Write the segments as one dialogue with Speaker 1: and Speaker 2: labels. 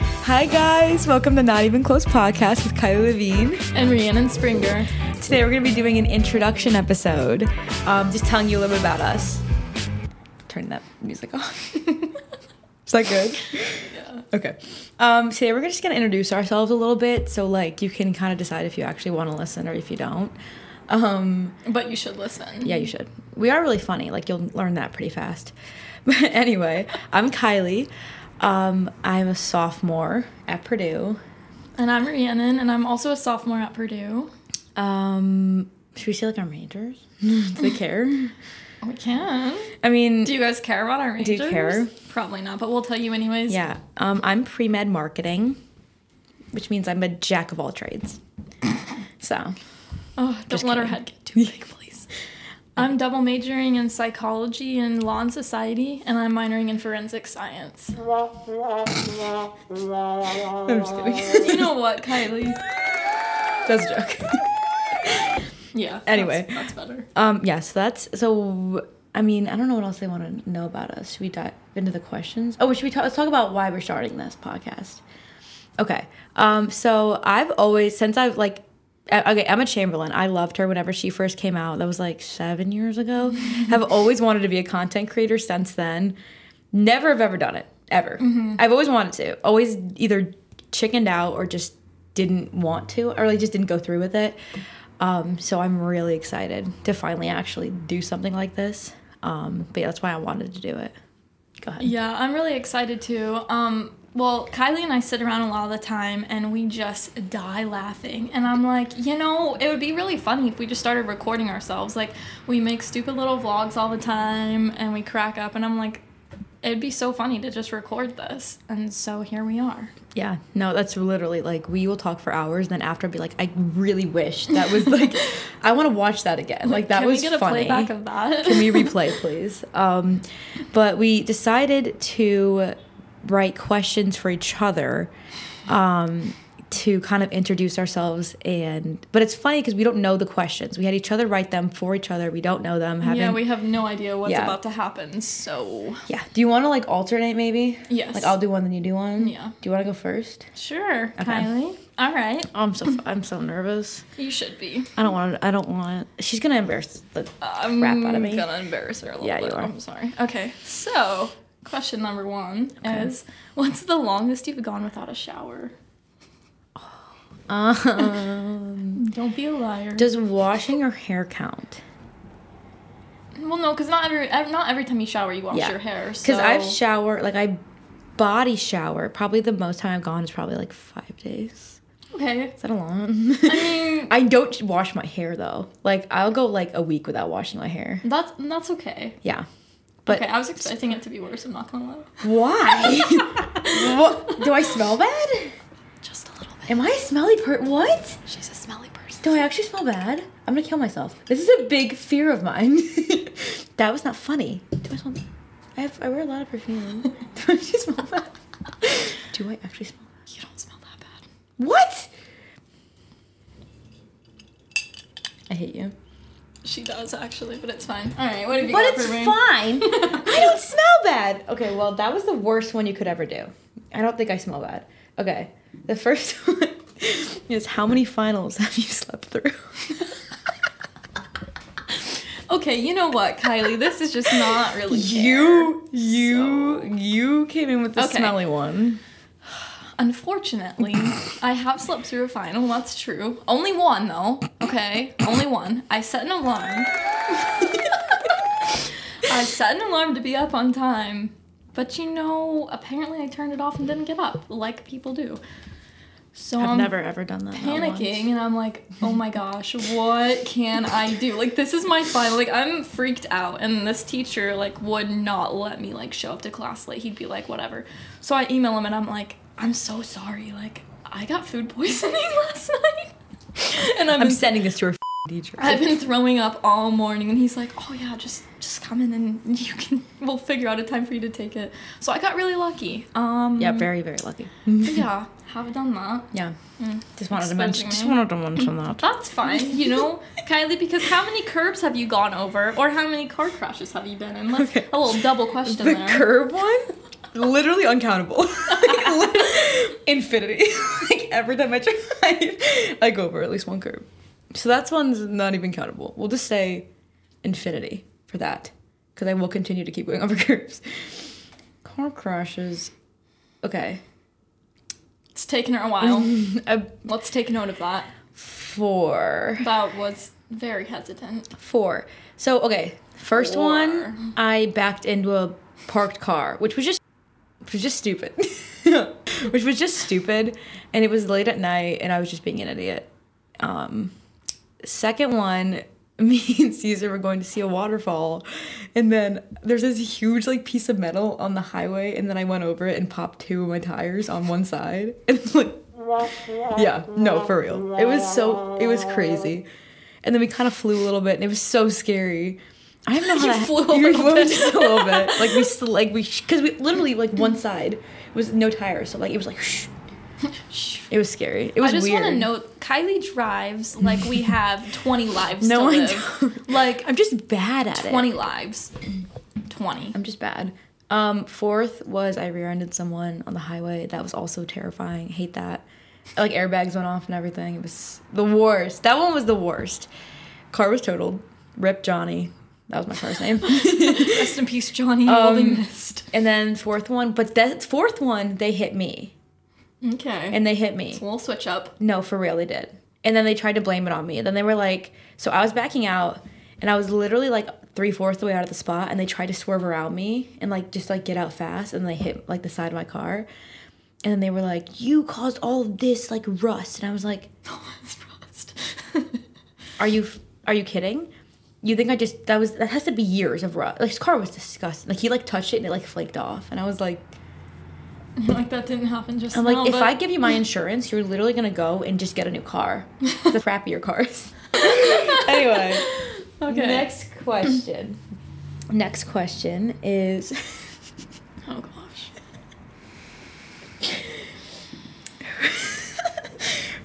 Speaker 1: Hi guys, welcome to Not Even Close podcast with Kylie Levine.
Speaker 2: and Rhiannon Springer.
Speaker 1: Today we're going to be doing an introduction episode, um, just telling you a little bit about us. Turn that music off. Is that good? Yeah. Okay. Um, today we're just going to introduce ourselves a little bit, so like you can kind of decide if you actually want to listen or if you don't. Um,
Speaker 2: But you should listen.
Speaker 1: Yeah, you should. We are really funny. Like you'll learn that pretty fast. But anyway, I'm Kylie. Um, I'm a sophomore at Purdue.
Speaker 2: And I'm Rhiannon, and I'm also a sophomore at Purdue.
Speaker 1: Um, should we say like our majors? Do they care?
Speaker 2: We can.
Speaker 1: I mean,
Speaker 2: Do you guys care about our majors?
Speaker 1: Do you care?
Speaker 2: Probably not, but we'll tell you anyways.
Speaker 1: yeah. Um, I'm pre med marketing, which means I'm a jack of all trades. So
Speaker 2: Oh, don't
Speaker 1: Just
Speaker 2: let our
Speaker 1: kidding.
Speaker 2: head get too big, please. I'm double majoring in psychology and law and society, and I'm minoring in forensic science.
Speaker 1: I'm just kidding.
Speaker 2: you know what, Kylie?
Speaker 1: That's a joke.
Speaker 2: Yeah.
Speaker 1: Anyway.
Speaker 2: That's, that's better.
Speaker 1: Um, yes, that's so. I mean, I don't know what else they want to know about us. Should we dive into the questions? Oh, should we talk? Let's talk about why we're starting this podcast. Okay. Um, so I've always since I've like, uh, okay, Emma Chamberlain. I loved her whenever she first came out. That was like seven years ago. have always wanted to be a content creator since then. Never have ever done it ever. I've always wanted to. Always either chickened out or just didn't want to, or like just didn't go through with it. Um, so I'm really excited to finally actually do something like this. Um, but yeah, that's why I wanted to do it. Go ahead.
Speaker 2: Yeah, I'm really excited too. Um, well, Kylie and I sit around a lot of the time and we just die laughing. And I'm like, you know, it would be really funny if we just started recording ourselves. Like, we make stupid little vlogs all the time and we crack up. And I'm like, it'd be so funny to just record this. And so here we are.
Speaker 1: Yeah, no, that's literally like we will talk for hours. Then after, I'll be like, I really wish that was like, I want to watch that again. Like that
Speaker 2: Can
Speaker 1: was
Speaker 2: we get
Speaker 1: funny.
Speaker 2: a playback of that?
Speaker 1: Can we replay, please? Um, but we decided to write questions for each other um, to kind of introduce ourselves. And but it's funny because we don't know the questions. We had each other write them for each other. We don't know them. Haven't,
Speaker 2: yeah, we have no idea what's
Speaker 1: Yeah.
Speaker 2: about to happen. So,
Speaker 1: yeah. Do you want to like alternate maybe?
Speaker 2: Yes.
Speaker 1: Like I'll do one, then you do one.
Speaker 2: Yeah.
Speaker 1: Do you want to go first?
Speaker 2: sure, Kylie. All right.
Speaker 1: Oh, I'm so I'm so nervous.
Speaker 2: You should be.
Speaker 1: I don't want. I don't want. She's gonna embarrass the
Speaker 2: I'm
Speaker 1: crap out of me.
Speaker 2: gonna embarrass her a little
Speaker 1: Yeah,
Speaker 2: bit.
Speaker 1: you are.
Speaker 2: I'm sorry. Okay, so question number one is what's the longest you've gone without a shower?
Speaker 1: Um,
Speaker 2: Don't be a liar.
Speaker 1: does washing her hair count?
Speaker 2: well, no, because not every ev- not every time you shower you wash
Speaker 1: Yeah.
Speaker 2: your hair.
Speaker 1: Because
Speaker 2: Because
Speaker 1: I've showered, like I body shower. Probably the most time I've gone is probably like five days.
Speaker 2: okay.
Speaker 1: Is that a long?
Speaker 2: I mean,
Speaker 1: I don't wash my hair though. Like I'll go like a week without washing my hair.
Speaker 2: that's that's okay.
Speaker 1: Yeah, but
Speaker 2: Okay, I was expecting it to be worse. I'm not gonna lie.
Speaker 1: why? what? Do I smell bad?
Speaker 2: Just a little bit.
Speaker 1: Am I a smelly per? What?
Speaker 2: She's a smelly person.
Speaker 1: Do I actually smell bad? I'm gonna kill myself. This is a big fear of mine. that was not funny. Do I smell? I have. I wear a lot of perfume. Do I actually smell bad? Do I actually smell? Bad?
Speaker 2: You don't smell that bad.
Speaker 1: What? I hate you.
Speaker 2: She does actually, but it's fine. All right, what have you
Speaker 1: But
Speaker 2: got
Speaker 1: it's
Speaker 2: for me?
Speaker 1: fine. I don't smell bad. Okay, well that was the worst one you could ever do. I don't think I smell bad. Okay, the first one is how many finals have you slept through?
Speaker 2: Okay, you know what, Kylie? This is just not really fair.
Speaker 1: You you you came in with the
Speaker 2: Okay.
Speaker 1: smelly one.
Speaker 2: Unfortunately, I have slept through a final. That's true. Only one though. Okay, only one. I set an alarm. I set an alarm to be up on time, but you know, apparently I turned it off and didn't get up, like people do. So
Speaker 1: I've
Speaker 2: I'm
Speaker 1: never ever done that. not once.
Speaker 2: Um, panicking, and I'm like, oh my gosh, what can I do? Like this is my final. Like I'm freaked out, and this teacher like would not let me like show up to class late. He'd be like, whatever. So I email him, and I'm like, I'm so sorry. Like I got food poisoning last night, and I've
Speaker 1: I'm
Speaker 2: been,
Speaker 1: sending this to her f***ing teacher.
Speaker 2: I've been throwing up all morning. And he's like, oh yeah, just just come in, and you can we'll figure out a time for you to take it. So I got really lucky. Um,
Speaker 1: yeah, very very lucky.
Speaker 2: but yeah, have done that.
Speaker 1: Yeah.
Speaker 2: Mm.
Speaker 1: Just wanted to
Speaker 2: Exposing
Speaker 1: mention. Just
Speaker 2: me.
Speaker 1: wanted to mention that.
Speaker 2: That's fine, you know, Kylie, because how many curbs have you gone over or how many car crashes have you been in? Let's
Speaker 1: Okay.
Speaker 2: a little double question
Speaker 1: The
Speaker 2: there.
Speaker 1: curb one, literally uncountable. Like, literally- infinity. like every time I drive, I go over at least one curb. So that's one's not even countable. We'll just say infinity for that because I will continue to keep going over curves. Car crashes. Okay.
Speaker 2: It's taken her a while.
Speaker 1: A
Speaker 2: Let's take note of that.
Speaker 1: four.
Speaker 2: That was very hesitant.
Speaker 1: Four. So, okay. First
Speaker 2: Four.
Speaker 1: one, I backed into a parked car, which was just which was just stupid. which was just stupid and it was late at night and I was just being an idiot. Um second one me and Caesar were going to see a waterfall and then there's this huge like piece of metal on the highway and then I went over it and popped two of my tires on one side and it's like yeah, no, for real. It was so it was crazy. And then we kind of flew a little bit, and it was so scary. I don't know how
Speaker 2: You
Speaker 1: that-
Speaker 2: flew a
Speaker 1: we
Speaker 2: little
Speaker 1: flew
Speaker 2: bit.
Speaker 1: just a little bit. Like we, sl- like we, because we literally like one side was no tires, so like it was like, shh. it was scary. It was
Speaker 2: I just
Speaker 1: weird.
Speaker 2: want to note Kylie drives like we have 20 lives.
Speaker 1: No,
Speaker 2: to
Speaker 1: I
Speaker 2: live.
Speaker 1: don't.
Speaker 2: Like
Speaker 1: I'm just bad at it.
Speaker 2: 20 lives. 20.
Speaker 1: I'm just bad. Um, fourth was I rear-ended someone on the highway. That was also terrifying. Hate that. Like airbags went off and everything. It was the worst. That one was the worst. Car was totaled. Rip Johnny. That was my car's name.
Speaker 2: Rest in peace, Johnny. You will
Speaker 1: Um,
Speaker 2: be missed.
Speaker 1: and then fourth one, but that fourth one they hit me
Speaker 2: Okay.
Speaker 1: and they hit me.
Speaker 2: we'll switch up.
Speaker 1: No, for real, they did. And then they tried to blame it on me. And then they were like, so I was backing out and I was literally like three fourths the way out of the spot and they tried to swerve around me and like just like get out fast and they hit like the side of my car. And then they were like, you caused all of this like rust. And I was like,
Speaker 2: It's Oh, Frost.
Speaker 1: are you are you kidding? You think I just that was that has to be years of rust. Like his car was disgusting. Like he like touched it and it like flaked off. And I was like,
Speaker 2: like that didn't happen just
Speaker 1: I'm like,
Speaker 2: now,
Speaker 1: if
Speaker 2: but
Speaker 1: I give you my insurance, you're literally gonna go and just get a new car. the crappier cars. anyway.
Speaker 2: okay.
Speaker 1: Next question. Next question is
Speaker 2: Oh gosh.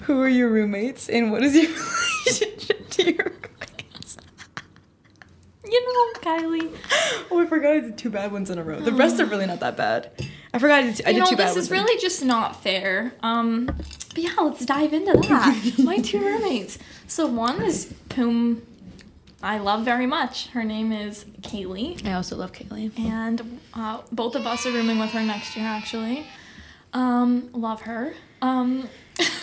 Speaker 1: Who are your roommates and what is your relationship to your roommates?
Speaker 2: You know, Kylie.
Speaker 1: Oh, I forgot I did two bad ones in a row. The rest are really not that bad. I forgot I did, I
Speaker 2: You
Speaker 1: did
Speaker 2: know,
Speaker 1: two bad
Speaker 2: this
Speaker 1: ones.
Speaker 2: is really just not fair. Um, but yeah, let's dive into that. My two roommates. So one is whom I love very much. Her name is Kaylee.
Speaker 1: I also love Kaylee.
Speaker 2: and uh, both of us are rooming with her next year actually um, love her um,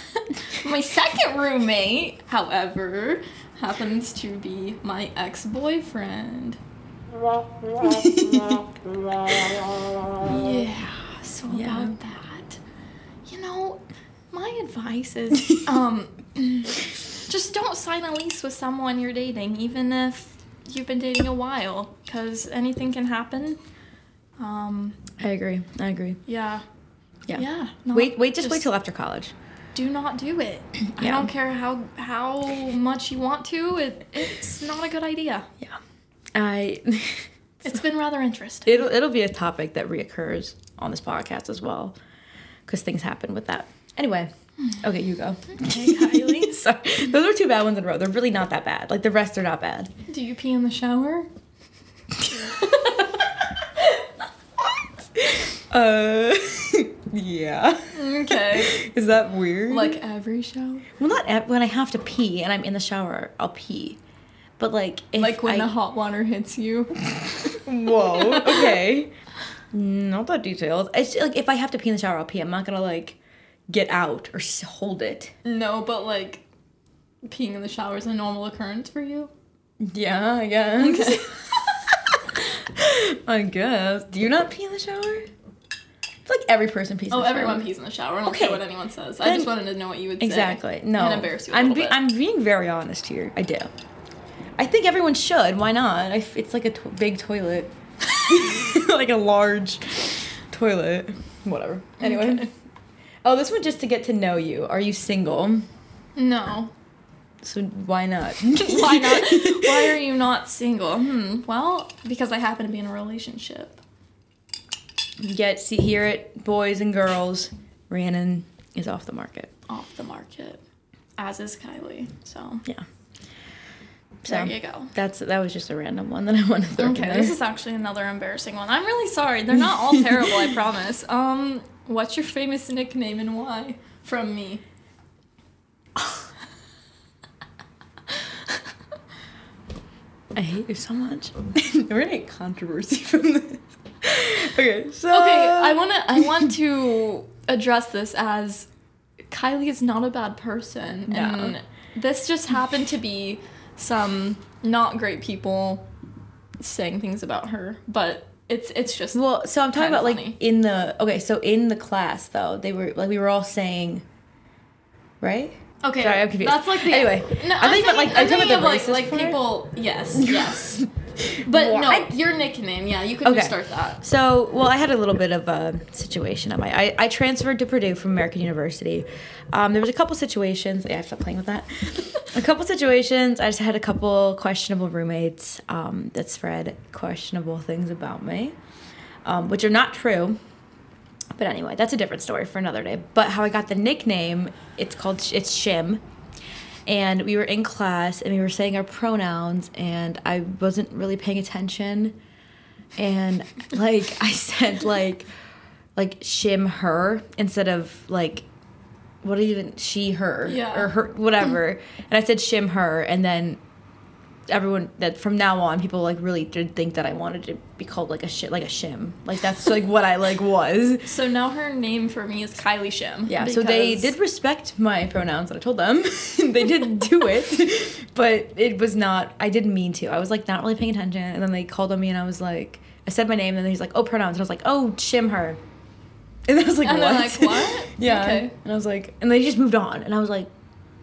Speaker 2: my second roommate however happens to be my ex-boyfriend yeah so
Speaker 1: Yeah.
Speaker 2: about that you know my advice is um, just don't sign a lease with someone you're dating even if you've been dating a while because anything can happen um,
Speaker 1: I agree. I agree.
Speaker 2: Yeah.
Speaker 1: Yeah.
Speaker 2: Yeah. not-
Speaker 1: Wait, wait, just, wait till after college.
Speaker 2: Do not do it. I
Speaker 1: Yeah.
Speaker 2: don't care how how much you want to. It, it's not a good idea.
Speaker 1: Yeah. I
Speaker 2: It's been rather interesting.
Speaker 1: it'll it'll be a topic that reoccurs on this podcast as well, because things happen with that. Anyway, okay, you go.
Speaker 2: Hmm. Okay, Kylie.
Speaker 1: Sorry. Those are two bad ones in a row. They're really not that bad. Like the rest are not bad.
Speaker 2: Do you pee in the shower?
Speaker 1: Uh, yeah.
Speaker 2: Okay.
Speaker 1: Is that weird?
Speaker 2: like every shower.
Speaker 1: well, not ev- when I have to pee and I'm in the shower, I'll pee. But like, if
Speaker 2: Like when
Speaker 1: I-
Speaker 2: the hot water hits you.
Speaker 1: whoa, okay, not that detailed. It's like if I have to pee in the shower, I'll pee. I'm not gonna like get out or s- hold it.
Speaker 2: No, but like peeing in the shower is a normal occurrence for you.
Speaker 1: Yeah, I guess. I guess. Do you not pee in the shower? It's like every person pees.
Speaker 2: Oh,
Speaker 1: in the
Speaker 2: everyone
Speaker 1: shower.
Speaker 2: pees in the shower. I don't care
Speaker 1: Okay.
Speaker 2: what anyone says. I
Speaker 1: Then-
Speaker 2: just wanted to know what you would say.
Speaker 1: Exactly. No.
Speaker 2: And embarrass you. i
Speaker 1: I'm
Speaker 2: I'm
Speaker 1: be- I'm being very honest here. I do. I think everyone should. Why not? I f- it's like a to- big toilet, like a large toilet. Whatever. Anyway. Oh, this one just to get to know you. Are you single?
Speaker 2: no.
Speaker 1: So why not?
Speaker 2: Why not? Why are you not single? Hmm. Well, because I happen to be in a relationship.
Speaker 1: Get see hear it, boys and girls. Rhiannon is off the market.
Speaker 2: Off the market, as is Kylie. So
Speaker 1: Yeah. So
Speaker 2: there you go.
Speaker 1: that's that was just a random one that I wanted to throw in
Speaker 2: Okay,
Speaker 1: there.
Speaker 2: this is actually another embarrassing one. I'm really sorry. They're not all terrible, I promise. Um, What's your famous nickname and why? From me.
Speaker 1: I hate you so much. We're gonna get controversy from this. Okay, so
Speaker 2: Okay, I wanna I want to address this as Kylie is not a bad person.
Speaker 1: No.
Speaker 2: And this just happened to be some not great people saying things about her, but it's it's just
Speaker 1: Well, so I'm talking
Speaker 2: Kinda
Speaker 1: about like
Speaker 2: funny.
Speaker 1: in the okay, so in the class though, they were like we were all saying, right?
Speaker 2: Okay.
Speaker 1: Sorry, I'm confused.
Speaker 2: That's like the
Speaker 1: Anyway,
Speaker 2: No,
Speaker 1: I
Speaker 2: I'm
Speaker 1: think,
Speaker 2: thinking,
Speaker 1: but, like,
Speaker 2: I'm
Speaker 1: are you talking about
Speaker 2: thinking of
Speaker 1: the
Speaker 2: like
Speaker 1: racist
Speaker 2: like
Speaker 1: part?
Speaker 2: people. Yes, yes. But
Speaker 1: What?
Speaker 2: no, your nickname. Yeah, you could
Speaker 1: Okay.
Speaker 2: just start that.
Speaker 1: So, well, I had a little bit of a situation at my. I, I transferred to Purdue from American University. Um, there was a couple situations. Yeah, I stopped playing with that. a couple situations. I just had a couple questionable roommates um, that spread questionable things about me, um, which are not true. But anyway, that's a different story for another day. But how I got the nickname, it's called Sh- it's Shim. And we were in class and we were saying our pronouns and I wasn't really paying attention. And like I said like like shim her instead of like what even she her
Speaker 2: Yeah.
Speaker 1: or her whatever. and I said shim her and then everyone that from now on people like really did think that I wanted to be called like a shit like a shim. Like that's like what I like was.
Speaker 2: So now her name for me is Kylie Shim.
Speaker 1: Yeah, so they
Speaker 2: because-
Speaker 1: did respect my pronouns and I told them. they did do it, but it was not, I didn't mean to. I was like not really paying attention. And then they called on me and I was like, I said my name and then he's like, oh, pronouns. And I was like, oh, shim her. And I was like,
Speaker 2: And
Speaker 1: what?
Speaker 2: they're like, what?
Speaker 1: yeah.
Speaker 2: Okay.
Speaker 1: And I was like, and they just moved on. And I was like,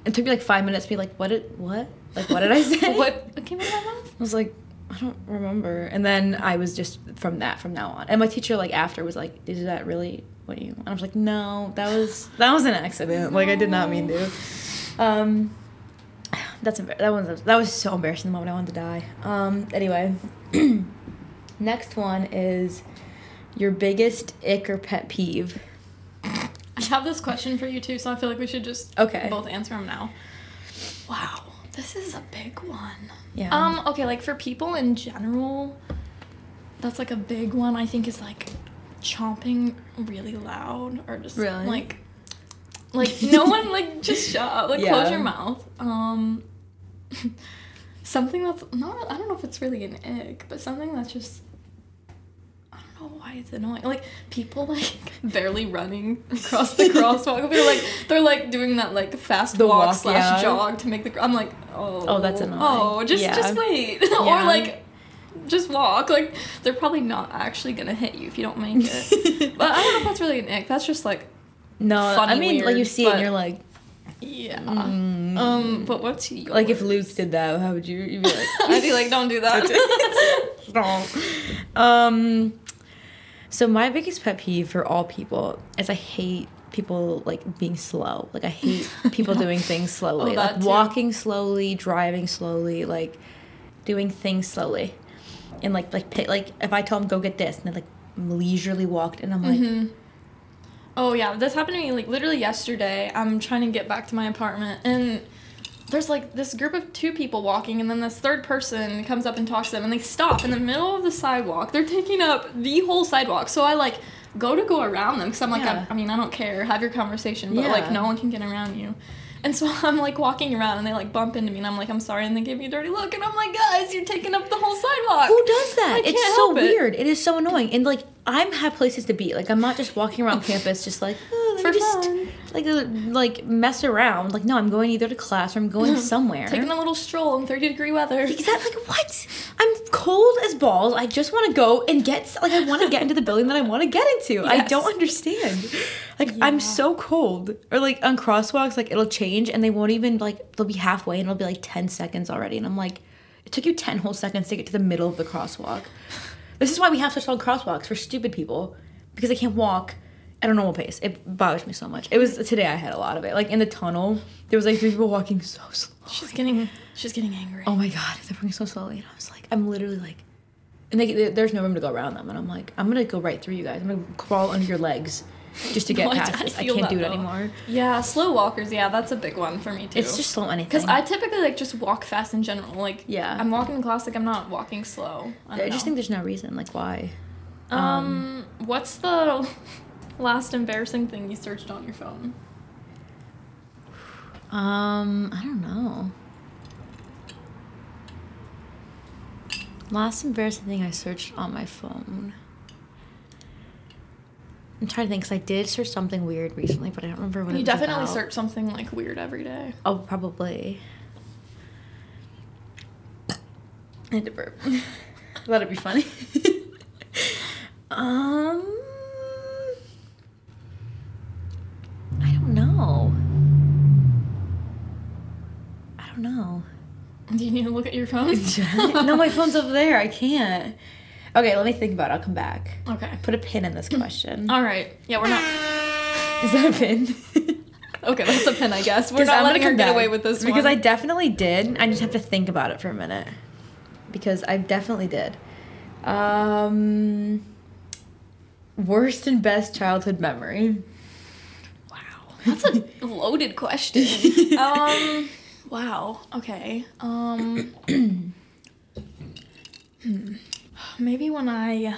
Speaker 1: it took me like five minutes to be like, what did, what? Like, what did I say?
Speaker 2: what? Okay, what about
Speaker 1: I was like, I don't remember. And then I was just from that from now on. And my teacher like after was like, Is that really what you and I was like, No, that was that was an accident. Like I did not mean to. Um that's embar- that was that was so embarrassing the moment I wanted to die. Um anyway. Next one is your biggest ick or pet peeve.
Speaker 2: I have this question for you too, so I feel like we should just
Speaker 1: Okay.
Speaker 2: both answer them now. Wow, this is a big one.
Speaker 1: Yeah.
Speaker 2: Um, okay, like for people in general, that's like a big one. I think is like chomping really loud or just
Speaker 1: Really?
Speaker 2: like like no one like just shut up, like
Speaker 1: Yeah.
Speaker 2: close your mouth. Um something that's not I don't know if it's really an ick, but something that's just I don't know why it's annoying. Like people like barely running across the crosswalk. They're like they're like doing that like fast
Speaker 1: The
Speaker 2: walk,
Speaker 1: walk,
Speaker 2: slash
Speaker 1: yeah.
Speaker 2: jog to make the. cr- I'm like oh
Speaker 1: Oh, that's annoying.
Speaker 2: Oh just
Speaker 1: Yeah.
Speaker 2: just wait
Speaker 1: Yeah.
Speaker 2: or like just walk. Like they're probably not actually gonna hit you if you don't make it. but I don't know if that's really an ick. That's just like
Speaker 1: no, I
Speaker 2: funny,
Speaker 1: mean like you
Speaker 2: weird,
Speaker 1: see it and
Speaker 2: but-
Speaker 1: you're like
Speaker 2: yeah.
Speaker 1: mm.
Speaker 2: Um, but what's yours?
Speaker 1: like if Luke did that, how would you you'd be like
Speaker 2: I'd be like, don't do that.
Speaker 1: Um, so my biggest pet peeve for all people is I hate people like being slow. Like I hate people doing things slowly,
Speaker 2: Oh, that
Speaker 1: like
Speaker 2: too.
Speaker 1: walking slowly, driving slowly, like doing things slowly, and like like pi- like if I tell them go get this and they like leisurely walked and I'm like
Speaker 2: Mm-hmm. Oh yeah, this happened to me like literally yesterday. I'm trying to get back to my apartment and there's like this group of two people walking and then this third person comes up and talks to them and they stop in the middle of the sidewalk. They're taking up the whole sidewalk. So I like go to go around them cuz I'm like
Speaker 1: Yeah.
Speaker 2: I, I mean, I don't care. Have your conversation, but
Speaker 1: Yeah.
Speaker 2: like no one can get around you. And so I'm like walking around and they like bump into me and I'm like I'm sorry and they give me a dirty look and I'm like guys, you're taking up the whole sidewalk.
Speaker 1: who does that?
Speaker 2: I
Speaker 1: It's
Speaker 2: can't
Speaker 1: so
Speaker 2: help it.
Speaker 1: weird. it is so annoying and like. I'm have places to be. Like I'm not just walking around campus, just like oh, let me
Speaker 2: For
Speaker 1: just
Speaker 2: fun.
Speaker 1: like uh, like mess around. Like no, I'm going either to class or I'm going somewhere.
Speaker 2: Taking a little stroll in 30 degree weather.
Speaker 1: Is that like what? I'm cold as balls. I just want to go and get like I want to get into the building that I want to get into. I
Speaker 2: Yes.
Speaker 1: don't understand. Like I'm
Speaker 2: Yeah.
Speaker 1: so cold. Or like on crosswalks, like it'll change and they won't even like they'll be halfway and it'll be like ten seconds already, and I'm like, it took you ten whole seconds to get to the middle of the crosswalk. This is why we have such long crosswalks for stupid people because they can't walk at a normal pace. It bothers me so much. It was today I had a lot of it. Like in the tunnel, there was like three people walking so slow.
Speaker 2: She's getting she's getting angry.
Speaker 1: oh my god they're moving so slowly and i was like i'm literally like and they, there- there's no room to go around them and i'm like i'm gonna go right through you guys i'm gonna crawl under your legs just to get
Speaker 2: Like,
Speaker 1: past
Speaker 2: I
Speaker 1: this i
Speaker 2: feel
Speaker 1: can't
Speaker 2: that,
Speaker 1: do it
Speaker 2: though.
Speaker 1: anymore
Speaker 2: Yeah, slow walkers. Yeah, that's a big one for me too.
Speaker 1: it's just slow anything
Speaker 2: because I typically like just walk fast in general. Like
Speaker 1: Yeah.
Speaker 2: I'm walking in class like I'm not walking slow. I,
Speaker 1: I
Speaker 2: don't
Speaker 1: just
Speaker 2: know.
Speaker 1: Um, think there's no reason like why
Speaker 2: um, what's the Last embarrassing thing you searched on your phone.
Speaker 1: Um, I don't know. Last embarrassing thing I searched on my phone. I'm trying to think because I did search something weird recently, but I don't remember what it
Speaker 2: you
Speaker 1: was
Speaker 2: definitely
Speaker 1: about.
Speaker 2: search something like weird every day.
Speaker 1: Oh, probably. I had to burp. Let it be funny. um, I don't know. I don't know.
Speaker 2: Do you need to look at your phone?
Speaker 1: no, my phone's over there. I can't. Okay, let me think about it. I'll come back.
Speaker 2: Okay.
Speaker 1: Put a pin in this question.
Speaker 2: Hmm. All right. Yeah, we're not.
Speaker 1: Is that a pin?
Speaker 2: Okay, that's a pin, I guess. We're
Speaker 1: 'Cause
Speaker 2: not
Speaker 1: I'm
Speaker 2: letting
Speaker 1: gonna
Speaker 2: her
Speaker 1: come
Speaker 2: get
Speaker 1: back.
Speaker 2: away with this
Speaker 1: because I
Speaker 2: one.
Speaker 1: definitely did. I just have to think about it for a minute because I definitely did. Um, worst and best childhood memory.
Speaker 2: Wow, that's a loaded question. um, wow. Okay. Um, hmm. maybe when I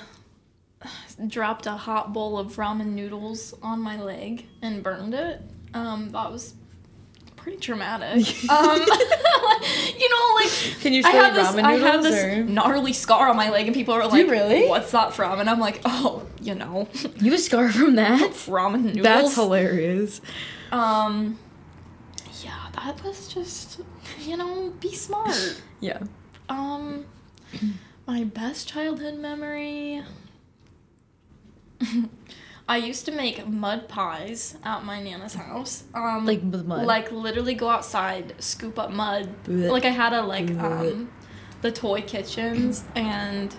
Speaker 2: dropped a hot bowl of ramen noodles on my leg and burned it. Um, that was pretty traumatic. um, you know, like
Speaker 1: Can you
Speaker 2: I
Speaker 1: say
Speaker 2: have this,
Speaker 1: ramen noodles?
Speaker 2: I have this
Speaker 1: or-
Speaker 2: gnarly scar on my leg, and people are
Speaker 1: Do you
Speaker 2: like,
Speaker 1: really?
Speaker 2: What's that from?" And I'm like, "Oh, you know,
Speaker 1: You have a scar from that?
Speaker 2: ramen noodles."
Speaker 1: That's hilarious.
Speaker 2: Um, yeah, that was just, you know, be smart.
Speaker 1: Yeah.
Speaker 2: Um, my best childhood memory. I used to make mud pies at my nana's house. Um,
Speaker 1: Like with mud.
Speaker 2: like literally go outside, scoop up mud.
Speaker 1: Blech.
Speaker 2: Like I had a like
Speaker 1: Blech.
Speaker 2: um, the toy kitchens and.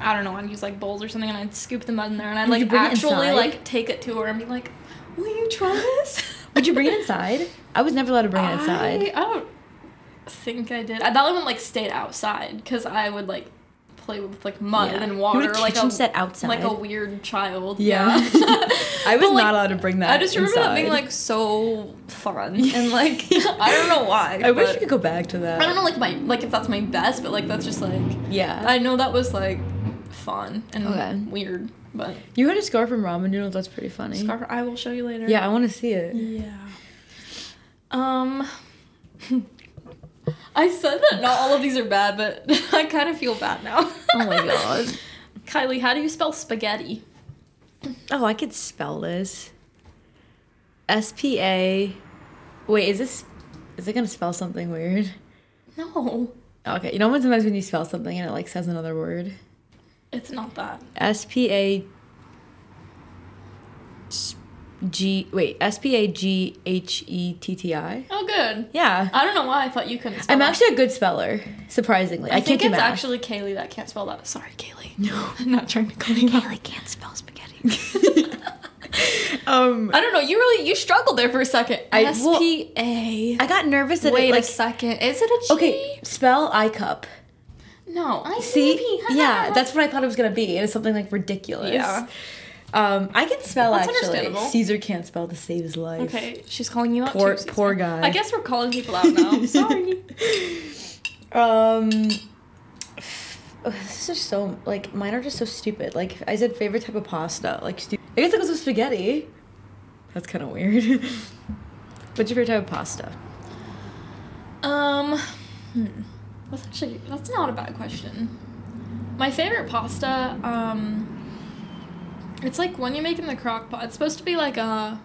Speaker 2: I don't know. I'd use like bowls or something, and I'd scoop the mud in there, and I'd
Speaker 1: Would you
Speaker 2: like
Speaker 1: bring it
Speaker 2: actually
Speaker 1: inside?
Speaker 2: like take it to her and be like, "Will you try this?"
Speaker 1: Would you bring it inside? I was never allowed to bring it
Speaker 2: I,
Speaker 1: inside.
Speaker 2: I don't think I did. I that one like stayed outside because I would like play with like mud
Speaker 1: Yeah.
Speaker 2: and
Speaker 1: You
Speaker 2: water,
Speaker 1: had a
Speaker 2: like
Speaker 1: kitchen
Speaker 2: a
Speaker 1: set outside.
Speaker 2: like a weird child.
Speaker 1: Yeah. I was
Speaker 2: But, like,
Speaker 1: not allowed to bring that.
Speaker 2: I just remember that being
Speaker 1: inside.
Speaker 2: like so fun and like I don't know why.
Speaker 1: I wish
Speaker 2: but-
Speaker 1: we could go back to that.
Speaker 2: I don't know like my like if that's my best, but like that's just like
Speaker 1: Yeah.
Speaker 2: I know that was like fun and
Speaker 1: Okay.
Speaker 2: weird, but
Speaker 1: You had a scar from ramen noodles. That's pretty funny.
Speaker 2: Scarf, I will show you later.
Speaker 1: Yeah, I want to see it.
Speaker 2: Yeah. Um. I said that not all of these are bad, but I kind of feel bad now.
Speaker 1: Oh my god.
Speaker 2: Kylie, how do you spell spaghetti?
Speaker 1: Oh, I could spell this. S P A. Wait, is this? Is it gonna spell something weird?
Speaker 2: No,
Speaker 1: Okay, you know when sometimes when you spell something and it like says another word.
Speaker 2: it's not that.
Speaker 1: S P A. s- G wait S P A G H E T T I.
Speaker 2: Oh, good.
Speaker 1: Yeah,
Speaker 2: I don't know why I thought you couldn't. Spell
Speaker 1: I'm
Speaker 2: that.
Speaker 1: actually a good speller. Surprisingly, I,
Speaker 2: I,
Speaker 1: can't
Speaker 2: think
Speaker 1: do
Speaker 2: it's
Speaker 1: math.
Speaker 2: actually Kaylee that can't spell that. Sorry, Kaylee.
Speaker 1: no.
Speaker 2: I'm not trying to call you out.
Speaker 1: Kaylee can't spell spaghetti. um,
Speaker 2: I don't know. You really you struggled there for a second.
Speaker 1: I-
Speaker 2: S
Speaker 1: well,
Speaker 2: P A.
Speaker 1: I got nervous that
Speaker 2: Wait
Speaker 1: it like
Speaker 2: a second. Is it a G?
Speaker 1: Okay, spell I cup.
Speaker 2: No. I
Speaker 1: See?
Speaker 2: C P.
Speaker 1: yeah, that's what I thought it was gonna be. It is something like ridiculous.
Speaker 2: Yeah.
Speaker 1: Um, I can spell
Speaker 2: That's
Speaker 1: actually.
Speaker 2: understandable.
Speaker 1: Caesar can't spell to save his life.
Speaker 2: Okay, she's calling you out.
Speaker 1: Poor-
Speaker 2: too, Susan.
Speaker 1: poor guy.
Speaker 2: I guess we're calling people out now. Sorry.
Speaker 1: Um. ugh, This is so like mine are just so stupid. Like I said, favorite type of pasta. Like stu- I guess it goes with spaghetti. That's kind of weird. What's your favorite type of pasta?
Speaker 2: Um, hmm. that's actually that's not a bad question. My favorite pasta. Um, it's like one you make in the crock pot. It's supposed to be like a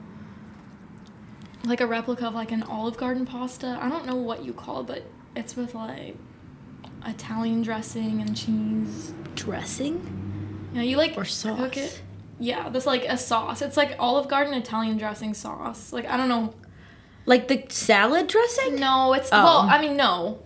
Speaker 2: like a replica of like an Olive Garden pasta. I don't know what you call it, but it's with like Italian dressing and cheese.
Speaker 1: Dressing
Speaker 2: You know, you like
Speaker 1: or sauce?
Speaker 2: cook it. Yeah, there's like a sauce. It's like Olive Garden Italian dressing sauce. Like I don't know
Speaker 1: Like the salad dressing?
Speaker 2: No, it's
Speaker 1: Oh.
Speaker 2: well, I mean no.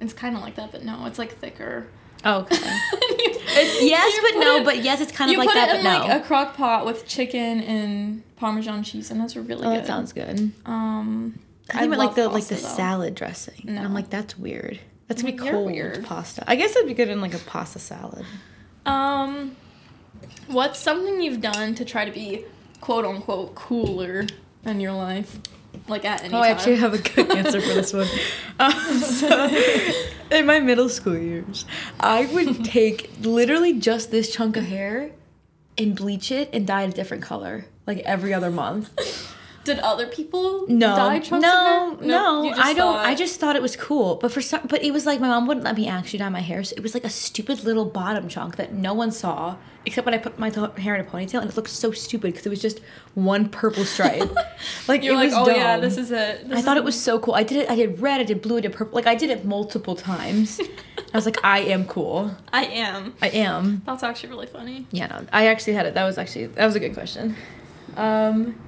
Speaker 2: It's kind of like that, but no, it's like thicker.
Speaker 1: Oh, okay.
Speaker 2: It's-
Speaker 1: yes,
Speaker 2: you
Speaker 1: but
Speaker 2: put
Speaker 1: no.
Speaker 2: it-
Speaker 1: but yes, it's kind
Speaker 2: you
Speaker 1: of like
Speaker 2: put
Speaker 1: that.
Speaker 2: it
Speaker 1: but
Speaker 2: in
Speaker 1: no.
Speaker 2: like a crock pot with chicken and Parmesan cheese, and that's really
Speaker 1: oh,
Speaker 2: good.
Speaker 1: that sounds good.
Speaker 2: Um,
Speaker 1: I think about like
Speaker 2: love
Speaker 1: the like the
Speaker 2: pasta, though.
Speaker 1: salad dressing. And I'm
Speaker 2: No.
Speaker 1: like, that's weird. That's gonna be
Speaker 2: You're
Speaker 1: cold
Speaker 2: weird.
Speaker 1: pasta. I guess it'd be good in like a pasta salad.
Speaker 2: Um, what's something you've done to try to be quote unquote cooler in your life, like at any
Speaker 1: Oh,
Speaker 2: time?
Speaker 1: I actually have a good answer for this one. Um, so, in my middle school years, I would take literally just this chunk of hair and bleach it and dye it a different color like every other month.
Speaker 2: Did other people
Speaker 1: No,
Speaker 2: dye chunks
Speaker 1: no,
Speaker 2: of hair?
Speaker 1: no.
Speaker 2: you just
Speaker 1: I don't.
Speaker 2: thought-
Speaker 1: I just thought it was cool, but for some, but it was like my mom wouldn't let me actually dye my hair. So it was like a stupid little bottom chunk that no one saw, except when I put my th- hair in a ponytail, and it looked so stupid because it was just one purple stripe. like
Speaker 2: You're
Speaker 1: it
Speaker 2: like,
Speaker 1: was
Speaker 2: oh yeah,
Speaker 1: dumb.
Speaker 2: this is it. This
Speaker 1: I thought
Speaker 2: is
Speaker 1: it was so cool. I did it. I did red. I did blue. I did purple. Like I did it multiple times. I was like, I am cool.
Speaker 2: I am.
Speaker 1: I am.
Speaker 2: That's actually really funny.
Speaker 1: Yeah. No, I actually had it. That was actually that was a good question. Um,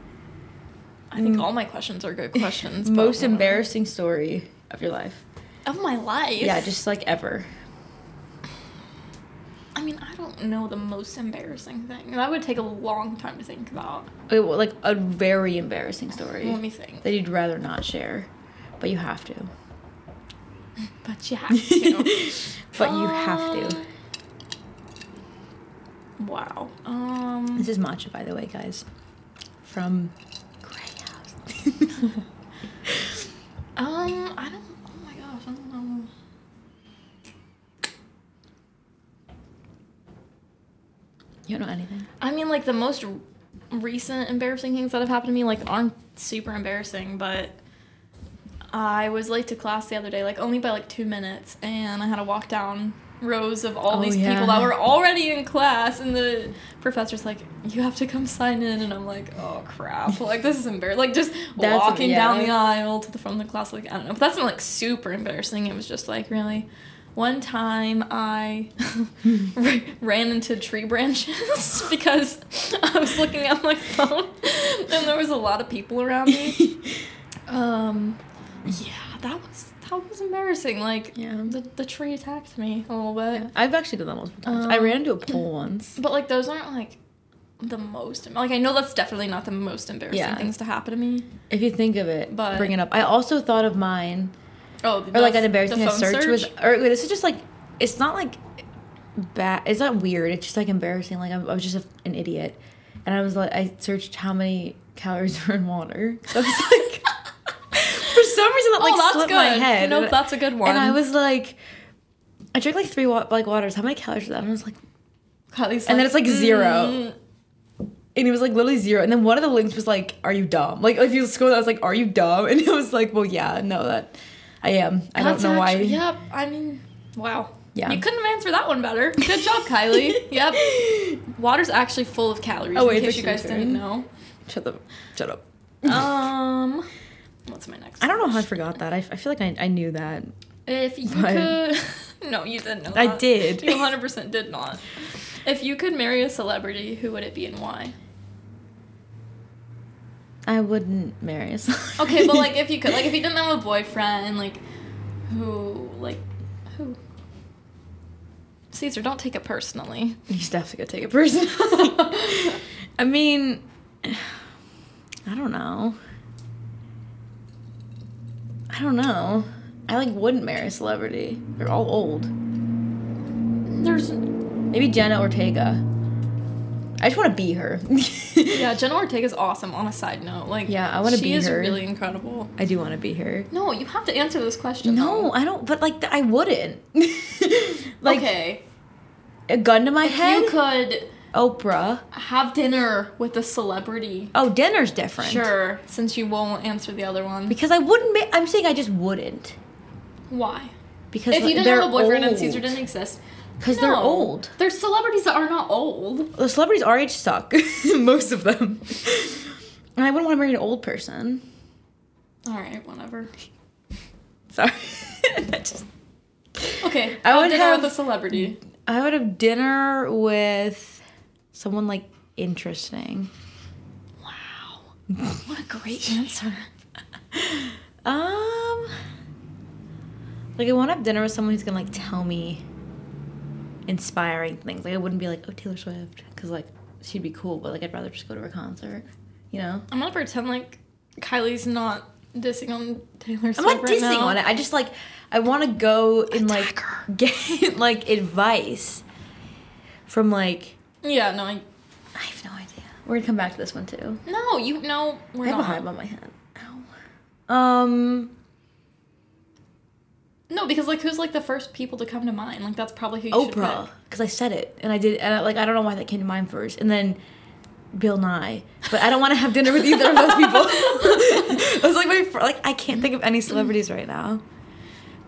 Speaker 2: I think all my questions are good questions. but
Speaker 1: Mm. most
Speaker 2: one of-
Speaker 1: embarrassing story of your life.
Speaker 2: of my life.
Speaker 1: Yeah, just like ever.
Speaker 2: I mean, I don't know the most embarrassing thing. That would take a long time to think about.
Speaker 1: It wa- like a very embarrassing story
Speaker 2: Let me think.
Speaker 1: that you'd rather not share, but you have to.
Speaker 2: But you have to.
Speaker 1: But you have to.
Speaker 2: Um, Wow. Um.
Speaker 1: This is matcha, by the way, guys, from Grey House.
Speaker 2: Um. I don't. Oh my gosh. I don't know.
Speaker 1: You don't know anything.
Speaker 2: I mean, like the most r- recent embarrassing things that have happened to me, like aren't super embarrassing, but I was late to class the other day, like only by like two minutes, and I had to walk down rows of all
Speaker 1: Oh,
Speaker 2: these
Speaker 1: yeah.
Speaker 2: people that were already in class, and the professor's like, "You have to come sign in," and I'm like, "Oh crap!" Like this is embarrassing. Like just
Speaker 1: That's-
Speaker 2: walking down
Speaker 1: yeah.
Speaker 2: the aisle to the front of the class, like I don't know, but that's not like super embarrassing. It was just like really. One time I ra- ran into tree branches because I was looking at my phone and there was a lot of people around me. Um, yeah, that was that was embarrassing. Like
Speaker 1: Yeah.
Speaker 2: the, the tree attacked me a little bit.
Speaker 1: I've actually done that multiple times. I
Speaker 2: Um,
Speaker 1: ran into a pole once.
Speaker 2: But like those aren't like the most like I know that's definitely not the most embarrassing
Speaker 1: Yeah.
Speaker 2: things to happen to me.
Speaker 1: If you think of it,
Speaker 2: But-
Speaker 1: bring it up. I also thought of mine,
Speaker 2: Oh,
Speaker 1: or like an embarrassing thing I search was, or wait, this is just like, it's not like bad. It's not weird. It's just like embarrassing. Like I'm, I was just a, an idiot, and I was like, I searched how many calories were in water. So I was like, for some reason that like
Speaker 2: oh, that's
Speaker 1: slipped
Speaker 2: good.
Speaker 1: my head.
Speaker 2: Nope,
Speaker 1: and,
Speaker 2: that's a good one.
Speaker 1: and I was like, I drank like three wa- like waters. How many calories was that? And I was like,
Speaker 2: Kylie's
Speaker 1: and then it's like zero.
Speaker 2: mm.
Speaker 1: and it was like literally zero. And then one of the links was like, "Are you dumb?" Like if you scroll, down, I was like, "Are you dumb?" And it was like, "Well, yeah, no, that I am. I
Speaker 2: That's
Speaker 1: don't know
Speaker 2: actu-
Speaker 1: why."
Speaker 2: Yep. I mean, wow.
Speaker 1: Yeah.
Speaker 2: You couldn't have answered that one better. Good job, Kylie. yep. Water's actually full of calories.
Speaker 1: Oh, wait,
Speaker 2: in
Speaker 1: it's
Speaker 2: case you
Speaker 1: your
Speaker 2: guys
Speaker 1: turn.
Speaker 2: didn't know.
Speaker 1: Shut up! Shut up!
Speaker 2: Um, what's my next?
Speaker 1: I don't know how I forgot that. I, I feel like I, I knew that.
Speaker 2: If you
Speaker 1: But-
Speaker 2: could, no, you didn't know.
Speaker 1: I
Speaker 2: that.
Speaker 1: did.
Speaker 2: You 100 percent did not. If you could marry a celebrity, who would it be and why?
Speaker 1: I wouldn't marry. a celebrity.
Speaker 2: Okay, but like if you could, like if you didn't have a boyfriend, like who, like who? Caesar, don't take it personally.
Speaker 1: he's definitely gonna take it personal. I mean, I don't know. I don't know. I like wouldn't marry a celebrity. They're all old.
Speaker 2: There's
Speaker 1: Maybe Jenna Ortega. I just want to be her.
Speaker 2: yeah, Jenna Ortega's awesome. On a side note, like
Speaker 1: Yeah, I wanna
Speaker 2: she
Speaker 1: be
Speaker 2: is
Speaker 1: her.
Speaker 2: really incredible.
Speaker 1: I do want to be her.
Speaker 2: No, you have to answer this question.
Speaker 1: No,
Speaker 2: though.
Speaker 1: I don't. But like, I wouldn't. like
Speaker 2: okay,
Speaker 1: a gun to my
Speaker 2: if
Speaker 1: head.
Speaker 2: you could
Speaker 1: Oprah.
Speaker 2: have dinner with a celebrity.
Speaker 1: Oh, dinner's different.
Speaker 2: Sure, since you won't answer the other one.
Speaker 1: Because I wouldn't. Ma- I'm saying I just wouldn't.
Speaker 2: Why?
Speaker 1: Because
Speaker 2: If you
Speaker 1: like,
Speaker 2: didn't
Speaker 1: they're
Speaker 2: have a boyfriend and Caesar
Speaker 1: old.
Speaker 2: didn't exist.
Speaker 1: 'Cause they're
Speaker 2: No.
Speaker 1: old.
Speaker 2: There's celebrities that are not old.
Speaker 1: The celebrities our age suck. Most of them. and I wouldn't want to marry an old person.
Speaker 2: All right, whatever.
Speaker 1: Sorry. I just.
Speaker 2: Okay,
Speaker 1: I
Speaker 2: I
Speaker 1: would
Speaker 2: would dinner
Speaker 1: have-
Speaker 2: with a celebrity.
Speaker 1: I would have dinner with someone like interesting.
Speaker 2: Wow, what a great answer.
Speaker 1: Um, like I want to have dinner with someone who's gonna like tell me inspiring things. Like I wouldn't be like, oh Taylor Swift, because like she'd be cool, but like I'd rather just go to her concert. You know,
Speaker 2: I'm gonna pretend like Kylie's not dissing on Taylor Swift.
Speaker 1: I'm not
Speaker 2: right
Speaker 1: dissing
Speaker 2: now.
Speaker 1: on it. I just like I want to go and
Speaker 2: Attack
Speaker 1: like
Speaker 2: her.
Speaker 1: get like advice from like
Speaker 2: Yeah, no, I
Speaker 1: I have no idea. We're gonna come back to this one too.
Speaker 2: no, you no, we're
Speaker 1: I have a
Speaker 2: not.
Speaker 1: hive on my head. Ow. Um,
Speaker 2: No, because like who's like the first people to come to mind? Like that's probably who you should
Speaker 1: Oprah, because I said it and I did, and I, like I don't know why that came to mind first, and then Bill Nye. But I don't want to have dinner with either of those people. it was like my fir- like I can't think of any celebrities right now.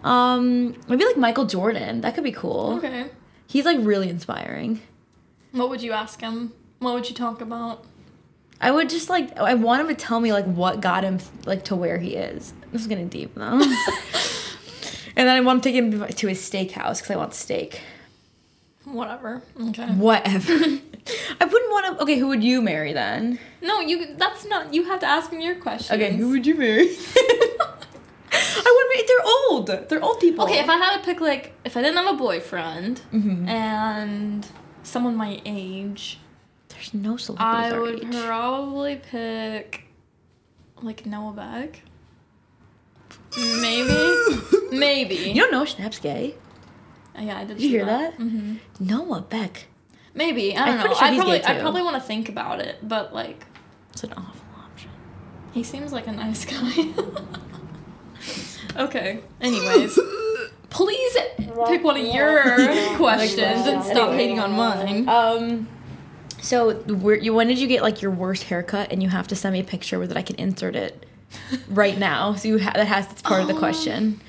Speaker 1: Um, maybe like Michael Jordan. That could be cool.
Speaker 2: pick. Okay.
Speaker 1: He's like really inspiring.
Speaker 2: What would you ask him? What would you talk about?
Speaker 1: I would just like I want him to tell me like what got him like to where he is. This is getting deep though. and then I want him to take him to his steakhouse because I want steak.
Speaker 2: Whatever. Okay.
Speaker 1: Whatever. I wouldn't want to. Okay, who would you marry then?
Speaker 2: No, you. That's not. You have to ask him your question.
Speaker 1: Okay, who would you marry? I would marry. They're old. They're old people.
Speaker 2: Okay, if I had to pick, like, if I didn't have a boyfriend
Speaker 1: Mm-hmm.
Speaker 2: and someone my age,
Speaker 1: There's no celebrities
Speaker 2: I
Speaker 1: our
Speaker 2: would
Speaker 1: age.
Speaker 2: probably pick, like, Noah Beck. Maybe. Maybe.
Speaker 1: You don't know Schnapp's gay.
Speaker 2: Yeah, I did.
Speaker 1: Did you
Speaker 2: see
Speaker 1: hear that?
Speaker 2: Mm-hmm.
Speaker 1: Noah Beck.
Speaker 2: Maybe. I
Speaker 1: I'm
Speaker 2: don't know.
Speaker 1: pretty sure
Speaker 2: I
Speaker 1: he's gay,
Speaker 2: probably, I
Speaker 1: too.
Speaker 2: probably want to think about it, but, like,
Speaker 1: It's an awful option.
Speaker 2: he seems like a nice guy. okay. Anyways. Please pick one of your questions and stop hating on mine.
Speaker 1: Um, so where, you, when did you get like your worst haircut? And you have to send me a picture with it. I can insert it right now. So you ha- that has it's part of the
Speaker 2: Um,
Speaker 1: question.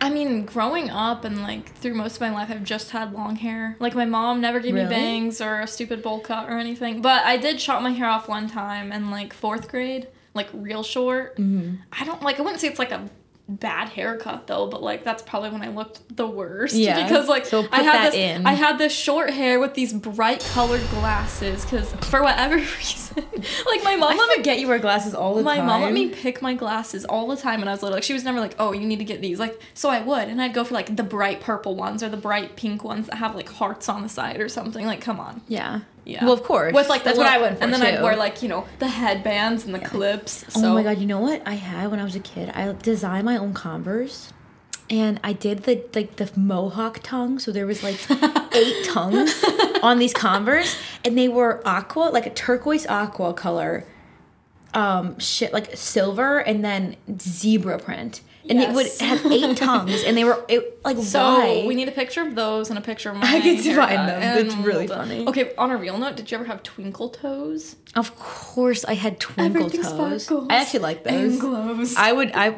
Speaker 2: I mean, growing up and like through most of my life, I've just had long hair. Like my mom never gave
Speaker 1: Really?
Speaker 2: me bangs or a stupid bowl cut or anything. But I did chop my hair off one time in like fourth grade, like real short.
Speaker 1: Mhm.
Speaker 2: I don't like. I wouldn't say it's like a bad haircut though, but like that's probably when I looked the worst.
Speaker 1: Yeah.
Speaker 2: Because like
Speaker 1: So put
Speaker 2: I had
Speaker 1: that
Speaker 2: this,
Speaker 1: in.
Speaker 2: I had this short hair with these bright colored glasses. Because for whatever reason, like my mom let
Speaker 1: I
Speaker 2: me
Speaker 1: forget you wear glasses all the
Speaker 2: my
Speaker 1: time.
Speaker 2: mom let me pick my glasses all the time when I was little. Like she was never like, "Oh, you need to get these." Like so I would, and I'd go for like the bright purple ones or the bright pink ones that have like hearts on the side or something. Like come on,
Speaker 1: Yeah.
Speaker 2: yeah.
Speaker 1: Well, of course.
Speaker 2: With like the
Speaker 1: that's what I
Speaker 2: little-
Speaker 1: went for
Speaker 2: and then
Speaker 1: too.
Speaker 2: I'd wear like you know the headbands and the clips. So
Speaker 1: Oh my god, you know what I had when I was a kid? I designed my own Converse. And I did the like the mohawk tongue, so there was like eight tongues on these Converse, and they were aqua, like a turquoise aqua color, um, shit like silver, and then zebra print, and it would
Speaker 2: Yes.
Speaker 1: have eight tongues, and they were it, like
Speaker 2: So
Speaker 1: why?
Speaker 2: we need a picture of those and a picture of my.
Speaker 1: I can
Speaker 2: haircut,
Speaker 1: find them. That's
Speaker 2: and
Speaker 1: really
Speaker 2: we'll do-
Speaker 1: funny.
Speaker 2: Okay, on a real note, did you ever have twinkle toes?
Speaker 1: of course, I had twinkle
Speaker 2: Everything
Speaker 1: toes.
Speaker 2: sparkles
Speaker 1: I actually like
Speaker 2: And
Speaker 1: those.
Speaker 2: glows.
Speaker 1: I would I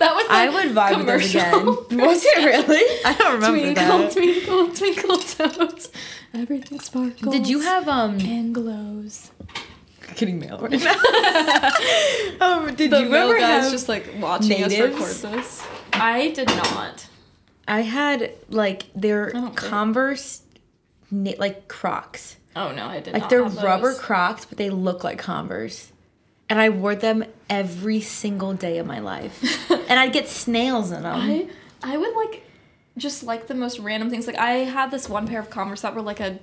Speaker 2: that was. The
Speaker 1: I would vibe with those again.
Speaker 2: commercial.
Speaker 1: Was it really? I don't remember
Speaker 2: twinkle,
Speaker 1: that.
Speaker 2: twinkle, twinkle toes. Everything sparkles.
Speaker 1: Did you have um?
Speaker 2: and glows?
Speaker 1: getting mail right now. um, did
Speaker 2: The
Speaker 1: you
Speaker 2: real
Speaker 1: ever
Speaker 2: guys
Speaker 1: have?
Speaker 2: just like watching
Speaker 1: natives?
Speaker 2: us record this. I did not.
Speaker 1: I had like their
Speaker 2: don't think-
Speaker 1: Converse, na- like Crocs,
Speaker 2: Oh no, I did
Speaker 1: like
Speaker 2: not.
Speaker 1: they're
Speaker 2: have those.
Speaker 1: rubber Crocs, but they look like Converse. And I wore them every single day of my life, and I'd get snails in them.
Speaker 2: I I would like just like the most random things. Like I had this one pair of Converse that were like a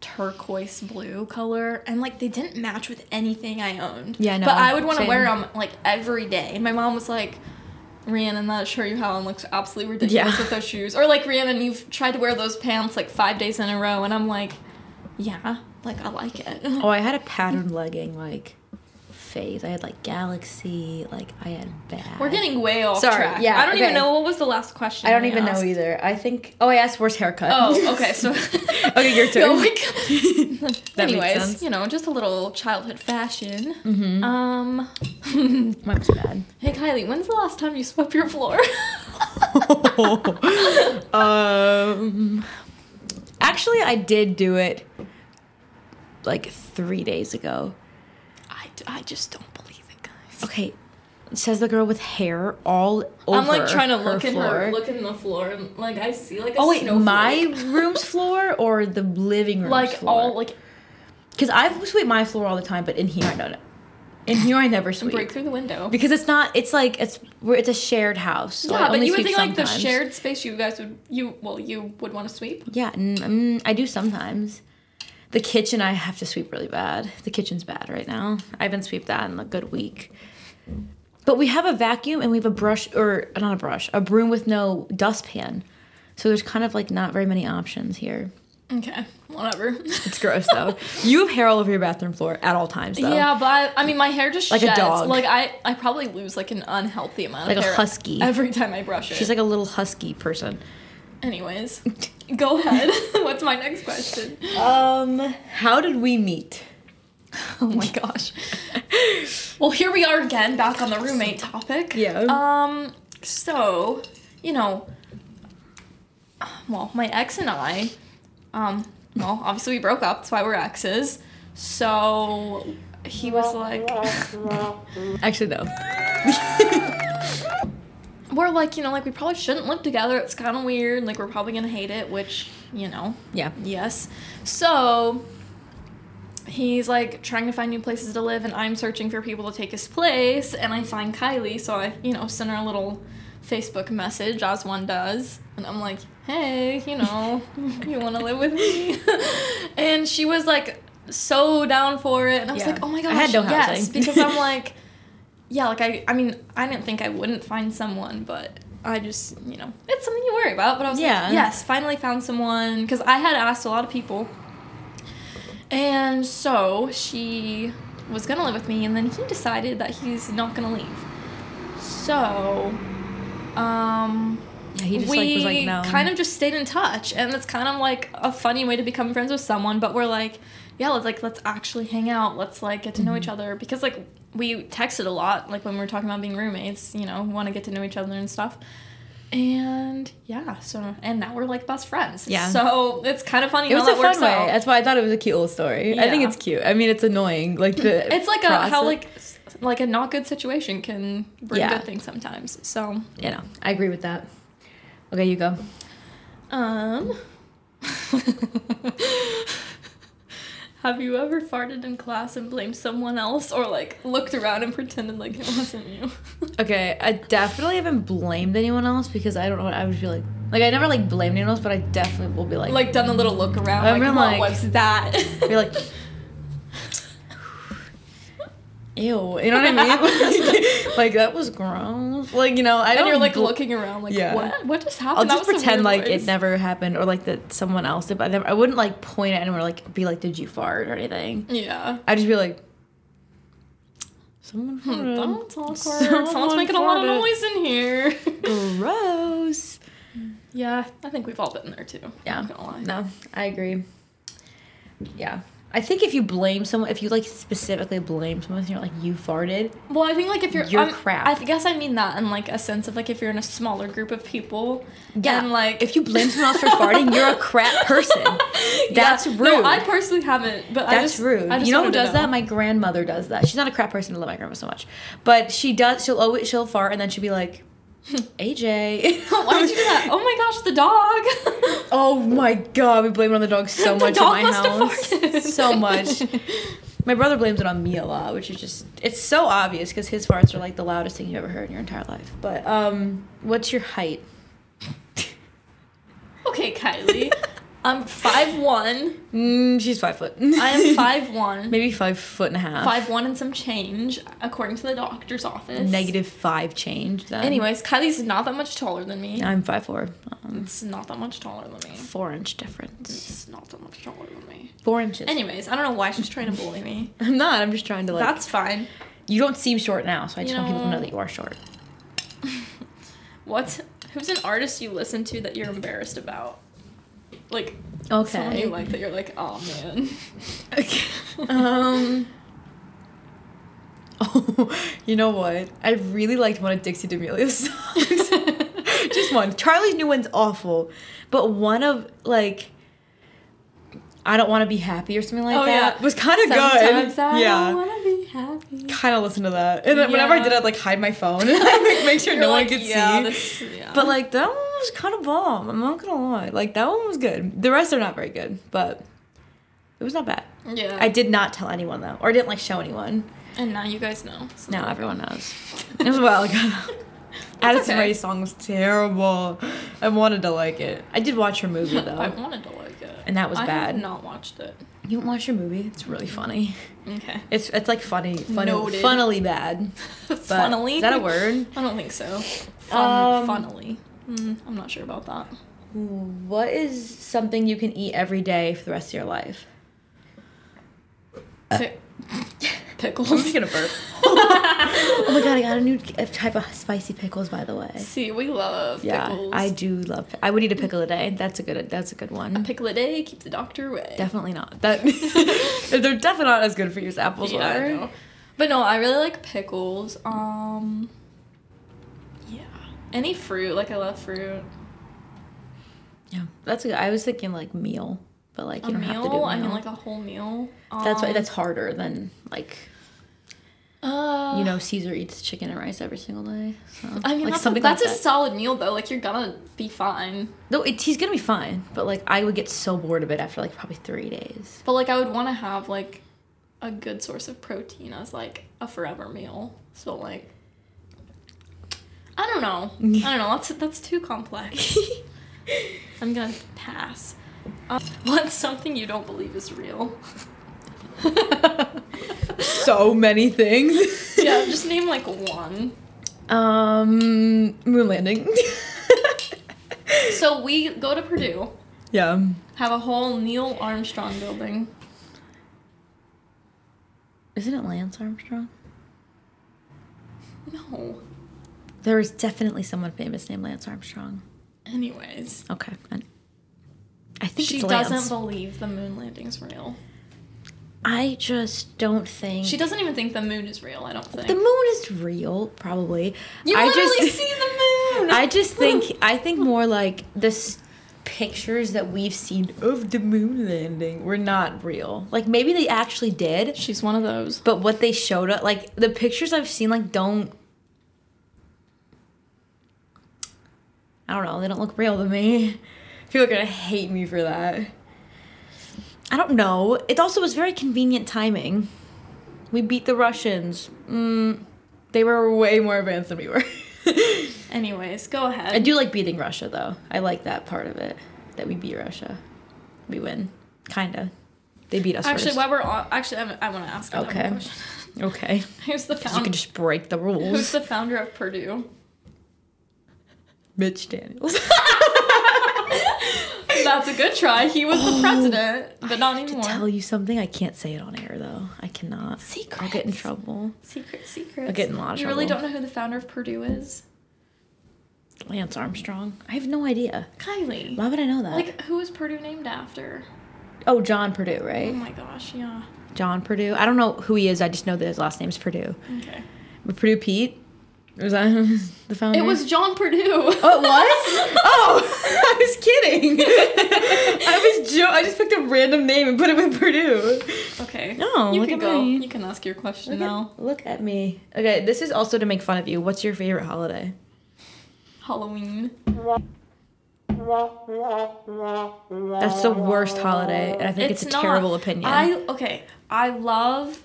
Speaker 2: turquoise blue color, and like they didn't match with anything I owned.
Speaker 1: Yeah, I know.
Speaker 2: But I would want to
Speaker 1: Same.
Speaker 2: wear them like every day. And My mom was like. Rhiannon, that shirt you have on looks absolutely ridiculous
Speaker 1: Yeah.
Speaker 2: with those shoes. Or like Rhiannon, you've tried to wear those pants like five days in a row, and I'm like, yeah, like I like it.
Speaker 1: oh, I had a patterned legging like phase. I had like galaxy, like I had bad.
Speaker 2: We're getting way off
Speaker 1: Sorry,
Speaker 2: track.
Speaker 1: yeah,
Speaker 2: I don't even
Speaker 1: okay.
Speaker 2: know what was the last question.
Speaker 1: I don't
Speaker 2: we
Speaker 1: even
Speaker 2: asked?
Speaker 1: know either. I think. Oh, I asked worst haircut.
Speaker 2: Oh, okay. So
Speaker 1: Okay, your turn.
Speaker 2: Oh my God.
Speaker 1: That makes
Speaker 2: Anyways,
Speaker 1: sense.
Speaker 2: you know, just a little childhood fashion.
Speaker 1: Mhm.
Speaker 2: Um,
Speaker 1: Mine was bad.
Speaker 2: hey Kylie, when's the last time you swept your floor?
Speaker 1: um, actually, I did do it like three days ago.
Speaker 2: I, I just don't believe it, guys.
Speaker 1: Okay, says the girl with hair all over.
Speaker 2: I'm like trying to look
Speaker 1: her
Speaker 2: in
Speaker 1: floor.
Speaker 2: her, look in the floor, and like I see like a
Speaker 1: Oh wait,
Speaker 2: snowflake.
Speaker 1: my room's floor or the living room?
Speaker 2: like all like
Speaker 1: because I sweep my floor all the time, but in here I don't. In here I never sweep
Speaker 2: break through the window.
Speaker 1: because it's not. It's like it's we're- it's a shared house. so I
Speaker 2: yeah, but
Speaker 1: only
Speaker 2: you would
Speaker 1: sweep
Speaker 2: think like the
Speaker 1: sometimes.
Speaker 2: shared space you guys would you well you would want to sweep.
Speaker 1: Yeah, mm, mm, I do sometimes. The kitchen I have to sweep really bad. The kitchen's bad right now. I haven't swept that in a good week. But we have a vacuum and we have a brush or not a brush, a broom with no dustpan. So there's kind of like not very many options here.
Speaker 2: Okay, whatever.
Speaker 1: It's gross though. you have hair all over your bathroom floor at all times though.
Speaker 2: Yeah, but I, I mean, my hair just
Speaker 1: Like a
Speaker 2: sheds.
Speaker 1: dog.
Speaker 2: Like I, I probably lose like an unhealthy amount
Speaker 1: Like
Speaker 2: of
Speaker 1: a
Speaker 2: hair
Speaker 1: husky.
Speaker 2: every time I brush it.
Speaker 1: She's like a little husky person.
Speaker 2: anyways, go ahead. What's my next question?
Speaker 1: Um, how did we meet?
Speaker 2: Oh my gosh. well, here we are again, back on the roommate topic.
Speaker 1: Yeah.
Speaker 2: Um. So, you know, well, my ex and I, um, well, obviously we broke up. That's why we're exes. So he was like,
Speaker 1: Actually, no.
Speaker 2: we're like, you know, like we probably shouldn't live together. It's kind of weird. Like we're probably gonna hate it, which you know,
Speaker 1: Yeah.
Speaker 2: Yes. So he's like trying to find new places to live, and I'm searching for people to take his place. And I find Kylie, so I, you know, send her a little Facebook message, as one does. And I'm like, hey, you know, you want to live with me? and she was like, so down for it. And I was
Speaker 1: Yeah.
Speaker 2: like, oh my
Speaker 1: I
Speaker 2: gosh.
Speaker 1: had no
Speaker 2: yes,
Speaker 1: housing.
Speaker 2: because I'm like, yeah, like I, I mean, I didn't think I wouldn't find someone, but I just, you know, it's something you worry about. But I was
Speaker 1: Yeah.
Speaker 2: like, yes, finally found someone because I had asked a lot of people, and so she was gonna live with me, and then he decided that he's not gonna leave. So, um,
Speaker 1: Yeah, he just
Speaker 2: we
Speaker 1: like was like no.
Speaker 2: kind of just stayed in touch, and it's kind of like a funny way to become friends with someone. But we're like, yeah, let's like let's actually hang out. Let's like get to know
Speaker 1: Mm-hmm.
Speaker 2: each other because like we texted a lot, like when we were talking about being roommates. You know, want to get to know each other and stuff. And yeah, so and now we're like best friends.
Speaker 1: Yeah.
Speaker 2: So it's kind of funny.
Speaker 1: It was
Speaker 2: how
Speaker 1: a
Speaker 2: that
Speaker 1: fun
Speaker 2: works
Speaker 1: way.
Speaker 2: out.
Speaker 1: That's why I thought it was a cute little story. I think
Speaker 2: Yeah.
Speaker 1: it's cute. I mean, it's annoying. Like the
Speaker 2: It's like a
Speaker 1: process.
Speaker 2: how like s- like a not good situation can bring
Speaker 1: Yeah.
Speaker 2: good things sometimes. So
Speaker 1: you know. I agree with that. Okay, you go.
Speaker 2: Um. Have you ever farted in class and blamed someone else or like looked around and pretended like it wasn't you?
Speaker 1: Okay, I definitely haven't blamed anyone else because I don't know what I would feel like. Like I never like blamed anyone else, but I definitely will be like,
Speaker 2: like done a little look around
Speaker 1: I've
Speaker 2: like,
Speaker 1: been
Speaker 2: what
Speaker 1: like-
Speaker 2: was that?
Speaker 1: you're like, ew, you know what I mean? Like, like, that was gross. Like you know, I
Speaker 2: and
Speaker 1: don't.
Speaker 2: you're like
Speaker 1: bl-
Speaker 2: looking around like
Speaker 1: Yeah.
Speaker 2: what? What just happened?
Speaker 1: I'll
Speaker 2: That
Speaker 1: just
Speaker 2: was a
Speaker 1: pretend
Speaker 2: weird
Speaker 1: like
Speaker 2: voice.
Speaker 1: it never happened, or like that someone else did. But I, never, I wouldn't like point at anyone or like be like, "Did you fart?" or anything.
Speaker 2: Yeah.
Speaker 1: I'd just be like, "Someone
Speaker 2: Hmm,
Speaker 1: farted."
Speaker 2: That's awkward. Someone's
Speaker 1: Mm. Someone
Speaker 2: making a lot of
Speaker 1: farted.
Speaker 2: noise in here.
Speaker 1: Gross.
Speaker 2: yeah, I think we've all been there too.
Speaker 1: Yeah.
Speaker 2: I'm not gonna lie.
Speaker 1: No, I agree. Yeah. I think if you blame someone, if you like specifically blame someone, and you're like you farted.
Speaker 2: Well, I think like if you're
Speaker 1: You're
Speaker 2: I'm-
Speaker 1: crap.
Speaker 2: I guess I mean that in like a sense of like if you're in a smaller group of people.
Speaker 1: Yeah,
Speaker 2: And like
Speaker 1: if you blame someone else for farting, you're a crap person. That's
Speaker 2: Yeah.
Speaker 1: rude.
Speaker 2: No, I personally haven't. But I
Speaker 1: That's
Speaker 2: just,
Speaker 1: rude.
Speaker 2: I just
Speaker 1: you know who
Speaker 2: wanted to
Speaker 1: does that? My grandmother does that. She's not a crap person. I love my grandma so much, but she does. She'll always she'll fart and then she'll be like, "AJ,
Speaker 2: Why did you do that? Oh my gosh, the dog.
Speaker 1: Oh my god, we blame it on the dog so
Speaker 2: The
Speaker 1: much
Speaker 2: dog
Speaker 1: in my
Speaker 2: must
Speaker 1: house.
Speaker 2: have farted.
Speaker 1: So much. My brother blames it on me a lot, which is just it's so obvious because his farts are like the loudest thing you've ever heard in your entire life. But um what's your height?
Speaker 2: okay, Kylie. I'm five one.
Speaker 1: Mm, she's five foot.
Speaker 2: I am five one.
Speaker 1: Maybe five foot and a half.
Speaker 2: Five one and some change, according to the doctor's office.
Speaker 1: Negative five change then.
Speaker 2: Anyways, Kylie's not that much taller than me.
Speaker 1: I'm five four. Um,
Speaker 2: It's not that much taller than me.
Speaker 1: four inch difference.
Speaker 2: It's not that much taller than me.
Speaker 1: Four inches.
Speaker 2: Anyways, I don't know why she's trying to bully me.
Speaker 1: I'm not, I'm just trying to like
Speaker 2: That's fine.
Speaker 1: you don't seem short now, so I just
Speaker 2: You
Speaker 1: want people to
Speaker 2: know-
Speaker 1: know that you are short.
Speaker 2: What's who's an artist you listen to that you're embarrassed about? Like someone you
Speaker 1: Okay.
Speaker 2: like that you're like, oh man.
Speaker 1: Um. Oh, you know what? I really liked one of Dixie D'Amelio's songs. Just one. Charlie's new one's awful, but one of like. I don't want to be happy or something like
Speaker 2: Oh,
Speaker 1: that.
Speaker 2: yeah.
Speaker 1: Was kind of
Speaker 2: Sometimes
Speaker 1: good.
Speaker 2: I
Speaker 1: yeah.
Speaker 2: don't wanna be happy.
Speaker 1: Kind of listen to that, and then whenever I
Speaker 2: Yeah.
Speaker 1: did, I'd like hide my phone and like, make sure
Speaker 2: You're
Speaker 1: no
Speaker 2: like,
Speaker 1: one could
Speaker 2: yeah,
Speaker 1: see.
Speaker 2: this- yeah.
Speaker 1: But like that one was kind of bomb. I'm not gonna lie. Like that one was good. The rest are not very good, but it was not bad.
Speaker 2: yeah.
Speaker 1: I did not tell anyone though, or I didn't like show anyone.
Speaker 2: and now you guys know. so
Speaker 1: Now
Speaker 2: there you
Speaker 1: everyone
Speaker 2: go.
Speaker 1: knows. It was a while ago. Addison
Speaker 2: okay.
Speaker 1: Rae's song was terrible. I wanted to like it. I did watch her movie
Speaker 2: I
Speaker 1: though.
Speaker 2: wanted to like it.
Speaker 1: And that was
Speaker 2: I
Speaker 1: bad.
Speaker 2: Have not watched it.
Speaker 1: you don't watch your movie? It's really funny.
Speaker 2: Okay.
Speaker 1: It's it's like funny, funny,
Speaker 2: Noted.
Speaker 1: funnily bad. But
Speaker 2: funnily.
Speaker 1: Is that a word?
Speaker 2: I don't think so. Fun,
Speaker 1: Um,
Speaker 2: funnily. Mm, I'm not sure about that.
Speaker 1: what is something you can eat every day for the rest of your life? Uh,
Speaker 2: Pick- pickles.
Speaker 1: I'm just gonna burp. Oh my god, I got a new type of spicy pickles, by the way.
Speaker 2: See, we love
Speaker 1: Yeah,
Speaker 2: pickles.
Speaker 1: I do love. I would eat a pickle a day. That's a good. That's a good one.
Speaker 2: pickle a day keep the doctor away.
Speaker 1: Definitely not. That they're definitely not as good for you as apples
Speaker 2: Yeah, I
Speaker 1: are.
Speaker 2: know. But no, I really like pickles. Um, yeah, any fruit. Like I love fruit.
Speaker 1: Yeah, that's. A, I was thinking like meal, but like you
Speaker 2: a
Speaker 1: don't
Speaker 2: meal.
Speaker 1: have to do meal.
Speaker 2: I mean, like a whole meal.
Speaker 1: that's why
Speaker 2: Um,
Speaker 1: that's harder than like
Speaker 2: Uh,
Speaker 1: you know Caesar eats chicken and rice every single day. So
Speaker 2: I mean,
Speaker 1: like
Speaker 2: that's,
Speaker 1: something
Speaker 2: a, that's
Speaker 1: like
Speaker 2: a
Speaker 1: that.
Speaker 2: solid meal though. Like you're gonna be fine.
Speaker 1: No, it, he's gonna be fine, but like I would get so bored of it after like probably three days.
Speaker 2: But like I would want to have like a good source of protein as like a forever meal. So like I don't know. I don't know. That's that's too complex. I'm gonna pass. Um, what's something you don't believe is real?
Speaker 1: So many things.
Speaker 2: yeah, just name like one.
Speaker 1: Um, moon landing.
Speaker 2: So we go to Purdue,
Speaker 1: yeah.
Speaker 2: have a whole Neil Armstrong building.
Speaker 1: Isn't it Lance Armstrong?
Speaker 2: No.
Speaker 1: There is definitely someone famous named Lance Armstrong.
Speaker 2: Anyways,
Speaker 1: Okay. I, I think
Speaker 2: she
Speaker 1: it's Lance.
Speaker 2: doesn't believe the moon landing's real.
Speaker 1: I just don't think
Speaker 2: She doesn't even think the moon is real. I don't think.
Speaker 1: the moon is real. Probably.
Speaker 2: You
Speaker 1: I
Speaker 2: literally
Speaker 1: just,
Speaker 2: see the moon.
Speaker 1: I just think I think more like the s- pictures that we've seen of the moon landing were not real. Like maybe they actually did,
Speaker 2: she's one of those.
Speaker 1: but what they showed up, like the pictures I've seen, like don't. I don't know. They don't look real to me. People are gonna hate me for that. I don't know. It also was very convenient timing. We beat the Russians. Mm, they were way more advanced than we were.
Speaker 2: Anyways, go ahead.
Speaker 1: I do like beating Russia though. I like that part of it that we beat Russia. We win, kinda. They beat us
Speaker 2: Actually,
Speaker 1: first.
Speaker 2: while we're on, actually, I'm, I want to ask. another
Speaker 1: Okay.
Speaker 2: question.
Speaker 1: Okay,
Speaker 2: Who's the
Speaker 1: 'Cause you
Speaker 2: founder?
Speaker 1: can just break the
Speaker 2: Who's
Speaker 1: rules,
Speaker 2: the founder of Purdue?
Speaker 1: Mitch Daniels.
Speaker 2: That's a good try. He was
Speaker 1: Oh.
Speaker 2: the president, but not anymore.
Speaker 1: Tell you something, I can't say it on air though. I cannot. I'll get in
Speaker 2: Secrets.
Speaker 1: trouble.
Speaker 2: Secret, secrets.
Speaker 1: I'll get in a lot of
Speaker 2: You really don't
Speaker 1: trouble.
Speaker 2: know who the founder of Purdue is,
Speaker 1: Lance Armstrong. I have no idea.
Speaker 2: Kylie.
Speaker 1: Why would I know that?
Speaker 2: Like, who is Purdue named after?
Speaker 1: oh, John Purdue,
Speaker 2: Oh
Speaker 1: right?
Speaker 2: my gosh, yeah.
Speaker 1: John Purdue. I don't know who he is. I just know that his last name's Purdue.
Speaker 2: Okay.
Speaker 1: But Purdue Pete. Was that the founder?
Speaker 2: It was John Purdue.
Speaker 1: Oh, it was? oh, I was kidding. I was jo- I just picked a random name and put it with Purdue.
Speaker 2: okay.
Speaker 1: No,
Speaker 2: you
Speaker 1: look
Speaker 2: can
Speaker 1: at
Speaker 2: go.
Speaker 1: me.
Speaker 2: You can ask your question
Speaker 1: Look,
Speaker 2: now.
Speaker 1: at, look at me. Okay, this is also to make fun of you. What's your favorite holiday?
Speaker 2: Halloween.
Speaker 1: That's the worst holiday, and I think it's, a
Speaker 2: not-
Speaker 1: terrible opinion.
Speaker 2: I okay. I love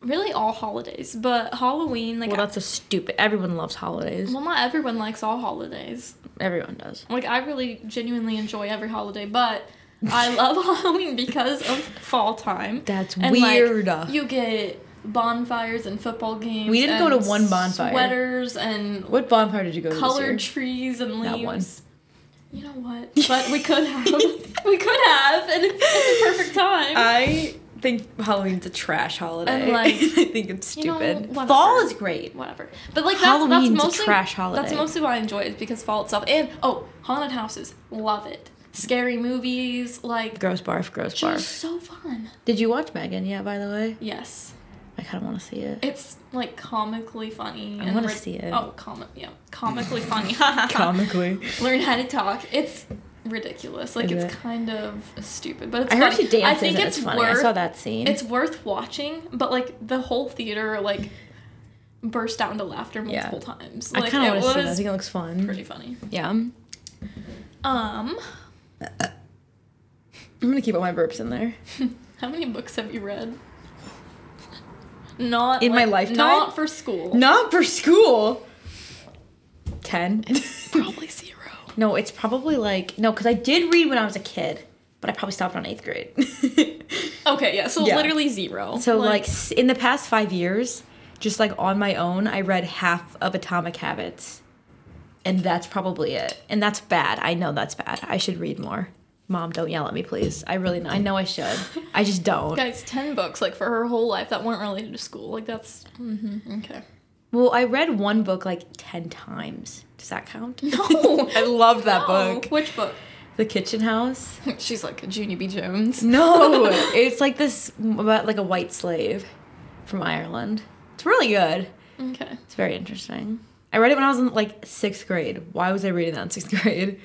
Speaker 2: really all holidays, but Halloween like
Speaker 1: well, that's a stupid. Everyone loves holidays.
Speaker 2: well, not everyone likes all holidays.
Speaker 1: Everyone does.
Speaker 2: Like I really genuinely enjoy every holiday, but I love Halloween because of fall time.
Speaker 1: That's
Speaker 2: like,
Speaker 1: weird.
Speaker 2: you get bonfires and football games.
Speaker 1: We didn't go
Speaker 2: and
Speaker 1: to one bonfire.
Speaker 2: Sweaters and
Speaker 1: What bonfire did you go to? this year?
Speaker 2: colored trees and leaves.
Speaker 1: Not one.
Speaker 2: You know what? But we could have. we could have, and it's, it's a perfect time.
Speaker 1: I think Halloween's a trash holiday.
Speaker 2: And, like,
Speaker 1: I think it's
Speaker 2: you know,
Speaker 1: stupid.
Speaker 2: whatever.
Speaker 1: Fall is great.
Speaker 2: whatever. But like that's, that's
Speaker 1: Halloween's a
Speaker 2: mostly
Speaker 1: trash holiday.
Speaker 2: That's mostly why I enjoy it is because fall itself and oh haunted houses love it. Scary movies like
Speaker 1: Gross barf, gross
Speaker 2: just
Speaker 1: barf.
Speaker 2: so fun.
Speaker 1: Did you watch Megan yet, by the way?
Speaker 2: Yes,
Speaker 1: I kind of want to see it.
Speaker 2: it's like comically funny.
Speaker 1: I
Speaker 2: and
Speaker 1: wanna
Speaker 2: rid-
Speaker 1: see it.
Speaker 2: Oh, comic yeah, comically funny.
Speaker 1: Comically.
Speaker 2: Learn how to talk. It's ridiculous. Like
Speaker 1: Is
Speaker 2: it's
Speaker 1: it?
Speaker 2: kind of stupid, but it's
Speaker 1: I heard
Speaker 2: funny.
Speaker 1: she dances.
Speaker 2: I think
Speaker 1: and
Speaker 2: it's,
Speaker 1: it's funny.
Speaker 2: worth
Speaker 1: I saw that scene.
Speaker 2: it's worth watching, but like the whole theater like burst out into laughter
Speaker 1: Yeah.
Speaker 2: multiple times.
Speaker 1: I
Speaker 2: Like
Speaker 1: kind of want
Speaker 2: it
Speaker 1: to see that. I
Speaker 2: was
Speaker 1: think it looks fun.
Speaker 2: pretty funny.
Speaker 1: Yeah, I'm
Speaker 2: Um,
Speaker 1: gonna keep all my burps in there.
Speaker 2: how many books have you read? Not
Speaker 1: In my lifetime?
Speaker 2: Not for school.
Speaker 1: Not for school. Ten.
Speaker 2: probably zero.
Speaker 1: no, it's probably like no, because I did read when I was a kid, but I probably stopped on eighth grade.
Speaker 2: Okay, yeah. So
Speaker 1: Yeah.
Speaker 2: literally zero.
Speaker 1: so like, s in the past five years, just like on my own, I read half of Atomic Habits, and that's probably it. And that's bad. I know that's bad. I should read more. Mom, don't yell at me, please. I really know. I know I should. I just don't.
Speaker 2: Guys, 10 books, like, for her whole life that weren't related to school. Like, that's. Mm-hmm, okay.
Speaker 1: Well, I read one book like 10 times. Does that count?
Speaker 2: No.
Speaker 1: I love that
Speaker 2: No.
Speaker 1: book.
Speaker 2: Oh, Which book?
Speaker 1: The Kitchen House.
Speaker 2: She's like Junie B. Jones.
Speaker 1: No, it's like this about like a white slave from Ireland. It's really good.
Speaker 2: Okay.
Speaker 1: It's very interesting. I read it when I was in like sixth grade. Why was I reading that in sixth grade?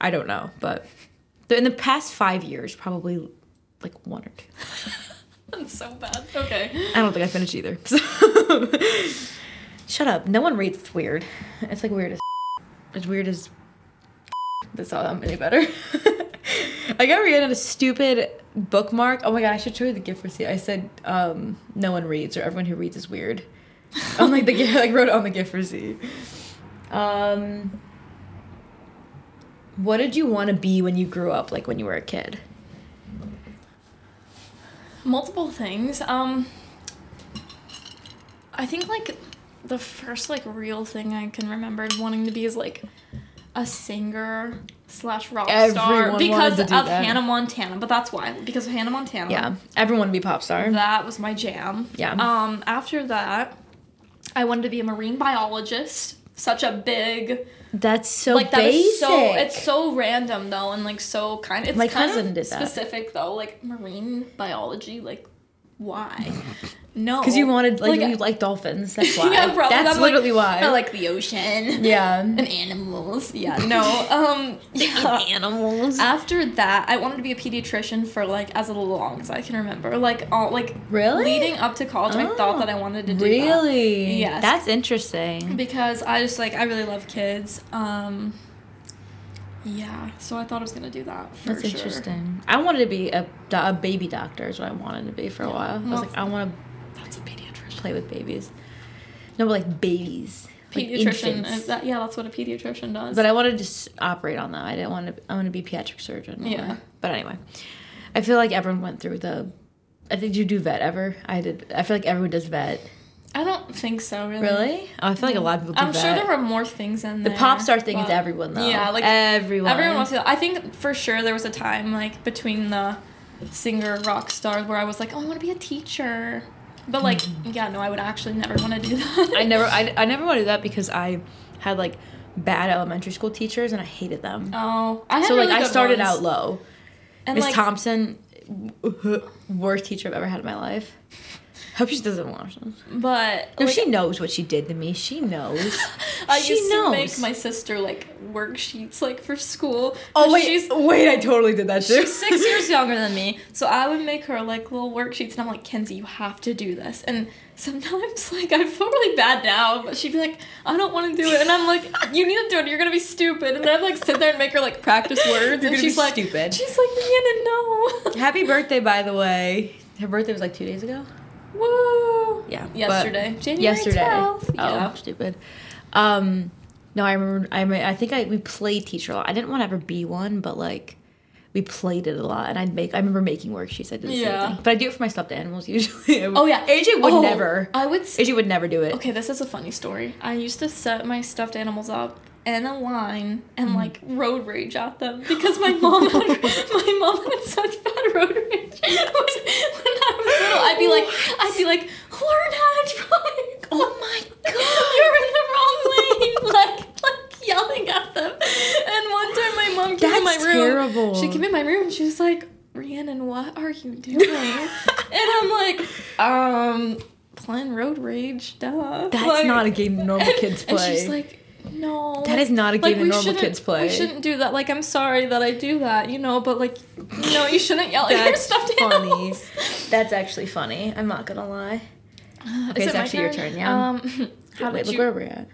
Speaker 1: I don't know, but in the past five years, probably like one or two.
Speaker 2: That's so bad. Okay.
Speaker 1: I don't think I finished either. So. Shut up. No one reads. It's weird. It's like weird as. It's weird as. That's all I'm any better. I got read on a stupid bookmark. Oh my god, I should show you the gift receipt. I said, um, no one reads or everyone who reads is weird. on like the gi- like wrote it on the gift receipt. Um, what did you want to be when you grew up? Like when you were a kid?
Speaker 2: Multiple things. Um, I think like the first like real thing I can remember wanting to be is like a singer slash rock
Speaker 1: Everyone
Speaker 2: star
Speaker 1: wanted
Speaker 2: because
Speaker 1: to
Speaker 2: of
Speaker 1: do that.
Speaker 2: Hannah Montana. But that's why because of Hannah Montana.
Speaker 1: Yeah, everyone would be pop star.
Speaker 2: Uh-huh. That was my jam.
Speaker 1: Yeah.
Speaker 2: Um, after that, I wanted to be a marine biologist. Such a big
Speaker 1: That's so
Speaker 2: like that
Speaker 1: basic.
Speaker 2: is so it's so random though and like so kind it's
Speaker 1: My
Speaker 2: kind
Speaker 1: cousin
Speaker 2: of
Speaker 1: did that.
Speaker 2: specific though like marine biology like why no
Speaker 1: Because you wanted, like,
Speaker 2: Oh. Like,
Speaker 1: you like dolphins. That's why.
Speaker 2: yeah probably
Speaker 1: That's
Speaker 2: I'm like-
Speaker 1: literally why.
Speaker 2: I like the ocean
Speaker 1: yeah.
Speaker 2: and animals yeah no um yeah.
Speaker 1: Animals.
Speaker 2: After that, I wanted to be a pediatrician for like as long as I can remember. Like all like
Speaker 1: Really?
Speaker 2: leading up to college, I
Speaker 1: Oh,
Speaker 2: thought that I wanted to do that
Speaker 1: Really?
Speaker 2: Yes.
Speaker 1: That's interesting.
Speaker 2: because I just like I really love kids. Um yeah, so I thought I was gonna do that. For
Speaker 1: That's
Speaker 2: sure.
Speaker 1: interesting. I wanted to be a, do- a baby doctor, is what I wanted to be for a while. I was like, I want to
Speaker 2: That's a pediatrician.
Speaker 1: play with babies. No, but like babies. Like
Speaker 2: Pediatrician.
Speaker 1: infants.
Speaker 2: is that, yeah, that's what a pediatrician does.
Speaker 1: But I wanted to s- operate on that. I didn't want to. I want to be a pediatric surgeon. or-
Speaker 2: Yeah.
Speaker 1: But anyway, I feel like everyone went through the. I think you do vet ever. I did. I feel like everyone does vet.
Speaker 2: I don't think so. Really.
Speaker 1: Really? Oh, I feel like a lot of people do
Speaker 2: Mm. I'm
Speaker 1: vet.
Speaker 2: sure there were more things in
Speaker 1: the
Speaker 2: there.
Speaker 1: pop star thing is
Speaker 2: but-
Speaker 1: everyone though.
Speaker 2: Yeah, like
Speaker 1: everyone.
Speaker 2: Everyone wants to. I think for sure there was a time like between the singer rock star where I was like, oh, I want to be a teacher. But like, yeah, no, I would actually never want to do that.
Speaker 1: I never, I, I never wanted that because I had like bad elementary school teachers and I hated them.
Speaker 2: Oh, I had
Speaker 1: so like
Speaker 2: really
Speaker 1: I
Speaker 2: good
Speaker 1: started
Speaker 2: ones.
Speaker 1: out low.
Speaker 2: and
Speaker 1: Miss
Speaker 2: like,
Speaker 1: Thompson, worst teacher I've ever had in my life. Hope she doesn't watch this.
Speaker 2: but
Speaker 1: No,
Speaker 2: like,
Speaker 1: she knows what she did to me. She knows.
Speaker 2: I
Speaker 1: she
Speaker 2: used
Speaker 1: knows.
Speaker 2: to make my sister like worksheets like for school.
Speaker 1: oh
Speaker 2: but
Speaker 1: wait,
Speaker 2: she's
Speaker 1: wait! I totally did that too.
Speaker 2: she's six years younger than me, so I would make her like little worksheets, and I'm like, Kenzie, you have to do this. And sometimes like I feel really bad now, but she'd be like, I don't want to do it, and I'm like, you need to do it. You're gonna be stupid. And then I'd like sit there and make her like practice words,
Speaker 1: You're
Speaker 2: and
Speaker 1: gonna
Speaker 2: she's
Speaker 1: be
Speaker 2: like,
Speaker 1: stupid.
Speaker 2: She's like, Rihanna, no.
Speaker 1: Happy birthday, by the way. Her birthday was like two days ago.
Speaker 2: Woo.
Speaker 1: Yeah. but-
Speaker 2: Yesterday, January
Speaker 1: yesterday.
Speaker 2: 12th.
Speaker 1: Oh,
Speaker 2: Yeah.
Speaker 1: stupid. Um, no, I remember. I mean, I think I we played teacher a lot. I didn't want to ever be one, but like we played it a lot, and I'd make. I remember making worksheets. I did the
Speaker 2: Yeah.
Speaker 1: same thing, but I do it for my stuffed animals usually. I would-
Speaker 2: Oh yeah,
Speaker 1: AJ would
Speaker 2: Oh,
Speaker 1: never.
Speaker 2: I would. s-
Speaker 1: AJ would never do it.
Speaker 2: Okay, this is a funny story. I used to set my stuffed animals up in a line and
Speaker 1: Mm.
Speaker 2: like road rage at them because my mom had, my mom had such bad road rage. when, when I was little, I'd be like, I'd be like, learn how to drive. Oh my god, you're in the wrong lane. like, like yelling at them. And one time, my mom came in my
Speaker 1: That's
Speaker 2: room.
Speaker 1: terrible.
Speaker 2: She came in my room and she was like, Rhiannon, what are you doing? and I'm like, um, playing road rage, duh.
Speaker 1: That's not a game normal kids play.
Speaker 2: And she's like, no.
Speaker 1: That is not a game that
Speaker 2: we
Speaker 1: normal
Speaker 2: shouldn't-
Speaker 1: kids play.
Speaker 2: We shouldn't do that. Like, I'm sorry that I do that, you know, but like, no, you shouldn't yell at your
Speaker 1: That's
Speaker 2: stuffed
Speaker 1: funny.
Speaker 2: animals.
Speaker 1: That's actually funny. I'm not gonna lie. Okay, it's
Speaker 2: Is it my
Speaker 1: actually your turn, yeah.
Speaker 2: Um, how
Speaker 1: Wait,
Speaker 2: did
Speaker 1: look
Speaker 2: you
Speaker 1: where we're at.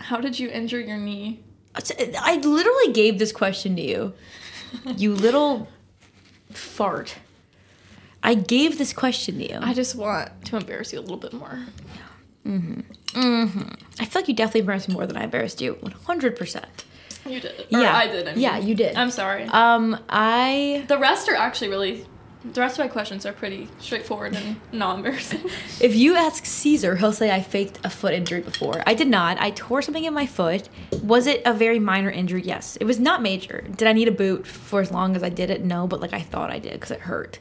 Speaker 2: how did you injure your knee?
Speaker 1: I literally gave this question to you. You little fart. I gave this question to you.
Speaker 2: I just want to embarrass you a little bit more.
Speaker 1: I feel like you definitely embarrassed me more than I embarrassed you. 100%.
Speaker 2: You did. Or
Speaker 1: Yeah.
Speaker 2: I did. I mean.
Speaker 1: Yeah, you did.
Speaker 2: I'm sorry.
Speaker 1: Um, I.
Speaker 2: the rest are actually really The rest of my questions are pretty straightforward and non embarrassing.
Speaker 1: If you ask Caesar, he'll say I faked a foot injury before. I did not. I tore something in my foot. Was it a very minor injury? Yes. It was not major. Did I need a boot for as long as I did it? No, but like I thought I did because it hurt.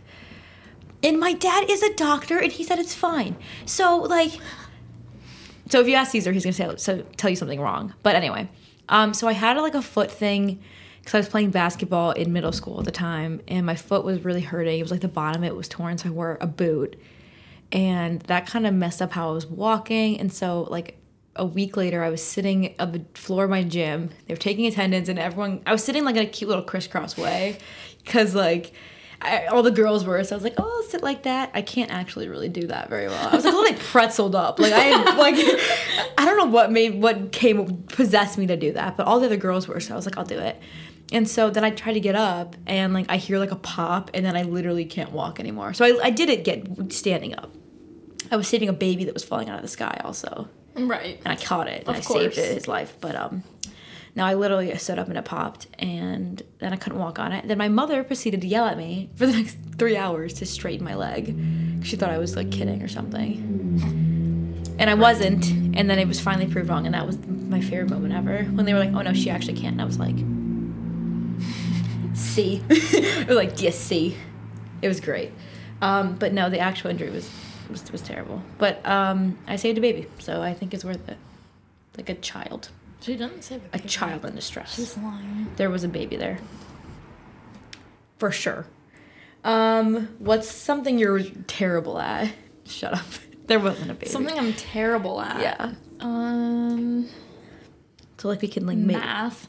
Speaker 1: And my dad is a doctor, and he said it's fine. So like, so if you ask Caesar, he's gonna say so tell you something wrong. But anyway, um, so I had like a foot thing because I was playing basketball in middle school at the time, and my foot was really hurting. It was like the bottom it was torn, so I wore a boot, and that kind of messed up how I was walking. And so like a week later, I was sitting on the floor of my gym. They were taking attendance, and everyone I was sitting like in a cute little crisscross way, because like. I, all the girls were, so I was like, "Oh, I'll sit like that." I can't actually really do that very well. I was like a little like pretzeled up, like I like I don't know what made what came possessed me to do that, but all the other girls were, so I was like, "I'll do it." And so then I try to get up, and like I hear like a pop, and then I literally can't walk anymore. So I, I did it get standing up. I was saving a baby that was falling out of the sky, also,
Speaker 2: right.
Speaker 1: and I caught it and
Speaker 2: Of
Speaker 1: I
Speaker 2: course.
Speaker 1: saved it, his life. But um, now I literally stood up and it popped, and then I couldn't walk on it. Then my mother proceeded to yell at me for the next three hours to straighten my leg. She thought I was like kidding or something, and I wasn't. And then it was finally proved wrong, and that was my favorite moment ever when they were like, "Oh no, she actually can't," and I was like, "See," I was like, "Yes, see." It was great, um, but no, the actual injury was. Was, was terrible, but um, I saved a baby, so I think it's worth it. Like a child,
Speaker 2: She doesn't say
Speaker 1: a child in distress
Speaker 2: She's lying.
Speaker 1: there was a baby there for sure um what's something you're terrible at shut up there wasn't a baby
Speaker 2: Something I'm terrible at.
Speaker 1: yeah
Speaker 2: Um,
Speaker 1: so like we can like make
Speaker 2: math.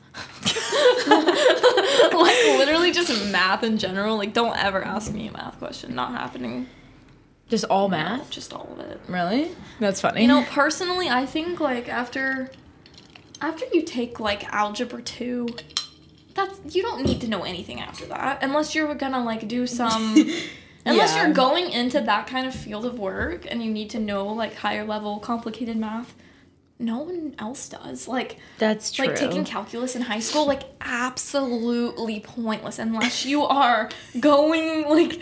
Speaker 2: like literally just math in general. Like don't ever ask me a math question. Not happening.
Speaker 1: just all math
Speaker 2: Just all of it.
Speaker 1: really that's funny
Speaker 2: You know, personally, I think like after after you take like algebra 2, that's you don't need to know anything after that unless you're going to like do some um, Unless
Speaker 1: Yeah.
Speaker 2: you're going into that kind of field of work and you need to know like higher level complicated math, no one else does. Like
Speaker 1: that's true
Speaker 2: like taking calculus in high school like absolutely pointless unless you are going like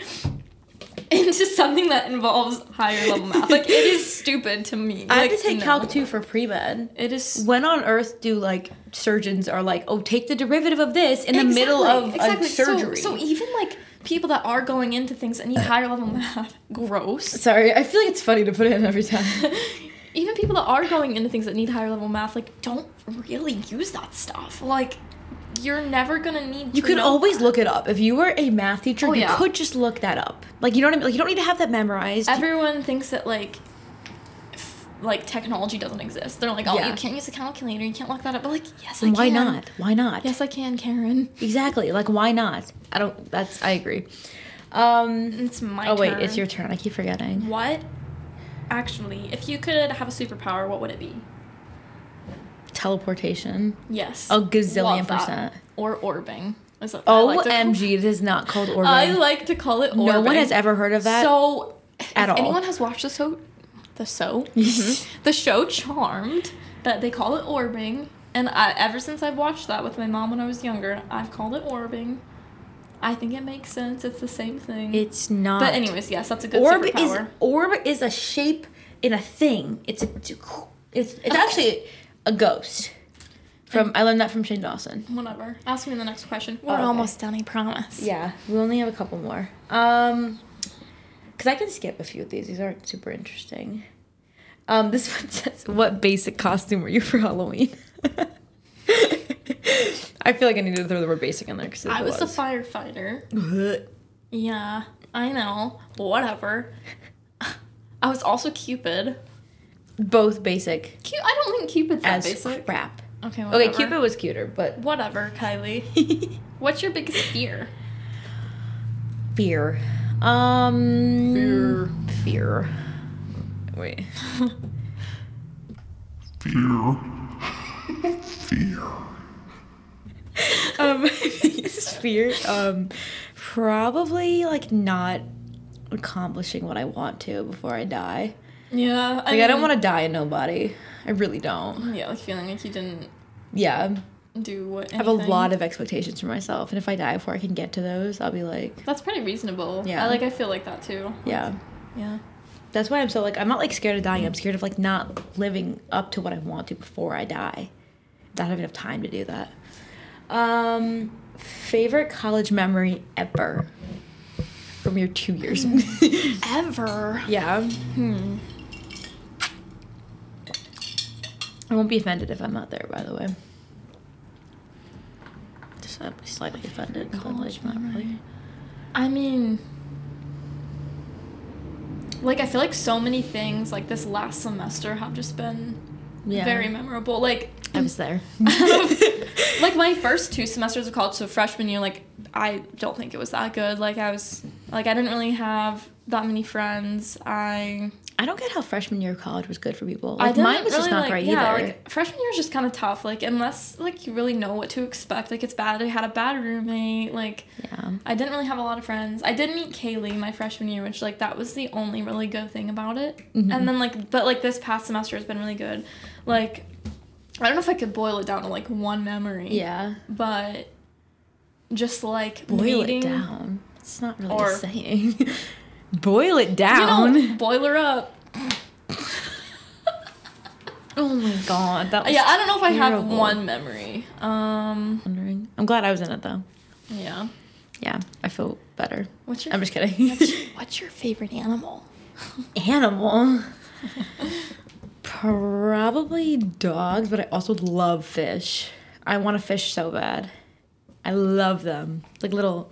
Speaker 2: into something that involves higher level math like it is stupid to me
Speaker 1: i
Speaker 2: like,
Speaker 1: had to take
Speaker 2: no.
Speaker 1: calc 2 for pre-med
Speaker 2: it is
Speaker 1: when on earth do like surgeons are like oh take the derivative of this in the middle
Speaker 2: Exactly,
Speaker 1: of
Speaker 2: exactly.
Speaker 1: a
Speaker 2: So-
Speaker 1: surgery
Speaker 2: so, even like people that are going into things that need higher level math gross
Speaker 1: sorry i feel like it's funny to put it in every time
Speaker 2: even people that are going into things that need higher level math like don't really use that stuff like you're never gonna need
Speaker 1: You
Speaker 2: to
Speaker 1: could
Speaker 2: know
Speaker 1: always look it up. If you were a math teacher,
Speaker 2: Oh,
Speaker 1: you
Speaker 2: yeah.
Speaker 1: could just look that up. Like you know what I mean? Like you don't need to have that memorized.
Speaker 2: everyone thinks that like f- like technology doesn't exist. They're like, oh,
Speaker 1: Yeah.
Speaker 2: you can't use a calculator, you can't look that up. But like, yes, I
Speaker 1: why
Speaker 2: can.
Speaker 1: not? Why not?
Speaker 2: Yes, I can, Karen.
Speaker 1: Exactly. Like why not? I don't that's I agree. Um
Speaker 2: It's my.
Speaker 1: Oh wait,
Speaker 2: turn.
Speaker 1: it's your turn. I keep forgetting.
Speaker 2: What? Actually, if you could have a superpower, what would it be?
Speaker 1: Teleportation.
Speaker 2: Yes.
Speaker 1: A gazillion
Speaker 2: Love that.
Speaker 1: percent.
Speaker 2: Or orbing. Is that I like to-
Speaker 1: OMG, it is not called orbit.
Speaker 2: I like to call it orbing.
Speaker 1: no one has ever heard of that.
Speaker 2: So,
Speaker 1: at
Speaker 2: if
Speaker 1: all. Mm-hmm.
Speaker 2: anyone has watched the show, the show, the show Charmed, that they call it orbing, and I, ever since I've watched that with my mom when I was younger, I've called it orbing. I think it makes sense. It's the same thing.
Speaker 1: it's not
Speaker 2: but anyways, yes, that's a good
Speaker 1: orb is
Speaker 2: superpower.
Speaker 1: orb is a shape in a thing. It's a it's it's actually a ghost. From I learned that from Shane Dawson.
Speaker 2: Whatever. Ask me the next question. We're
Speaker 1: okay.
Speaker 2: almost done. I promise.
Speaker 1: Yeah, we only have a couple more. Um, because I can skip a few of these. These aren't super interesting. Um, this one says, "What basic costume were you for Halloween?" I feel like I needed to throw the word "basic" in there because
Speaker 2: I was a firefighter. Yeah, I know. Whatever. I was also Cupid.
Speaker 1: both basic
Speaker 2: Cute. I don't think Cupid's that
Speaker 1: as
Speaker 2: basic.
Speaker 1: crap.
Speaker 2: Okay. Whatever.
Speaker 1: Okay, Cupid was cuter, but
Speaker 2: Whatever, Kylie. What's your biggest fear?
Speaker 1: fear. Um, fear. Fear. Wait.
Speaker 3: Fear. Fear.
Speaker 1: um fear um probably like not accomplishing what i want to before i die
Speaker 2: Yeah.
Speaker 1: like i don't want to die in nobody i really don't
Speaker 2: to. Yeah, like feeling like you didn't
Speaker 1: yeah
Speaker 2: do what.
Speaker 1: I have a lot of expectations for myself, and if I die before I can get to those, I'll be like,
Speaker 2: That's pretty reasonable.
Speaker 1: Yeah.
Speaker 2: I, like I feel like that too.
Speaker 1: yeah.
Speaker 2: Yeah.
Speaker 1: That's why I'm so like I'm not like scared of dying. I'm scared of like not living up to what I want to before I die. Not having enough time to do that. Um, favorite college memory ever from your two years.
Speaker 2: Ever.
Speaker 1: yeah,
Speaker 2: Hmm.
Speaker 1: I won't be offended if I'm not there. By the way, just I'm slightly offended. College memory.
Speaker 2: I mean, like I feel like so many things like this last semester have just been
Speaker 1: Yeah,
Speaker 2: very memorable. Like
Speaker 1: I was there.
Speaker 2: like my first two semesters of college, so freshman year, like I don't think it was that good. Like I was like I didn't really have that many friends. I
Speaker 1: I don't get how freshman year of college was good for people.
Speaker 2: I
Speaker 1: Like
Speaker 2: didn't
Speaker 1: mine was just
Speaker 2: really,
Speaker 1: not
Speaker 2: like-
Speaker 1: great
Speaker 2: yeah,
Speaker 1: either.
Speaker 2: Like freshman year is just kind of tough. Like unless like you really know what to expect. Like it's bad. I had a bad roommate. Like
Speaker 1: yeah.
Speaker 2: I didn't really have a lot of friends. I did meet Kaylee my freshman year, which like that was the only really good thing about it.
Speaker 1: Mm-hmm.
Speaker 2: And then like but like this past semester has been really good. Like I don't know if I could boil it down to like one memory.
Speaker 1: Yeah.
Speaker 2: But just like
Speaker 1: Boil
Speaker 2: meeting,
Speaker 1: it down. It's not really
Speaker 2: Or-
Speaker 1: a saying. Boil it
Speaker 2: You
Speaker 1: down.
Speaker 2: know, boiler up.
Speaker 1: oh my god, that was
Speaker 2: Yeah, I don't know if I have
Speaker 1: terrible.
Speaker 2: one memory. Um
Speaker 1: wondering. I'm glad I was in it though.
Speaker 2: yeah.
Speaker 1: Yeah, I feel better.
Speaker 2: What's your
Speaker 1: I'm just kidding.
Speaker 2: what's your favorite animal?
Speaker 1: Animal. Probably dogs, but I also love fish. I want a fish so bad. I love them. Like little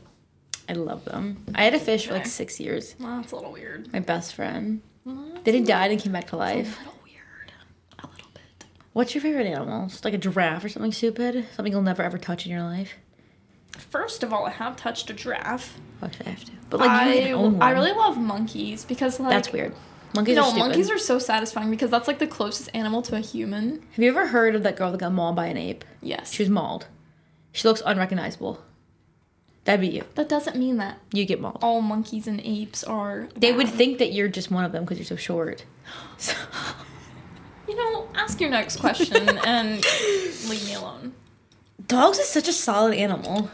Speaker 1: I love them. I had a fish for like
Speaker 2: Okay.
Speaker 1: 6 years.
Speaker 2: Well, that's a little weird.
Speaker 1: My best friend.
Speaker 2: Well,
Speaker 1: Then he died and came back to life.
Speaker 2: that's a little weird. A little bit.
Speaker 1: What's your favorite animal? Just like a giraffe or something stupid? Something you'll never ever touch in your life?
Speaker 2: First of all, I have touched a giraffe.
Speaker 1: Actually, I have to. But like, you
Speaker 2: I,
Speaker 1: don't own one.
Speaker 2: I really love monkeys because like
Speaker 1: That's weird. Monkeys
Speaker 2: no,
Speaker 1: are stupid.
Speaker 2: monkeys are so satisfying because that's like the closest animal to a human.
Speaker 1: Have you ever heard of that girl that got mauled by an ape?
Speaker 2: Yes.
Speaker 1: She was mauled. She looks unrecognizable. That'd be you.
Speaker 2: that doesn't mean that
Speaker 1: You get mauled.
Speaker 2: all monkeys and apes are
Speaker 1: They would
Speaker 2: bad.
Speaker 1: think that you're just one of them because you're so short. So,
Speaker 2: You know, ask your next question and leave me alone.
Speaker 1: dogs is such a solid animal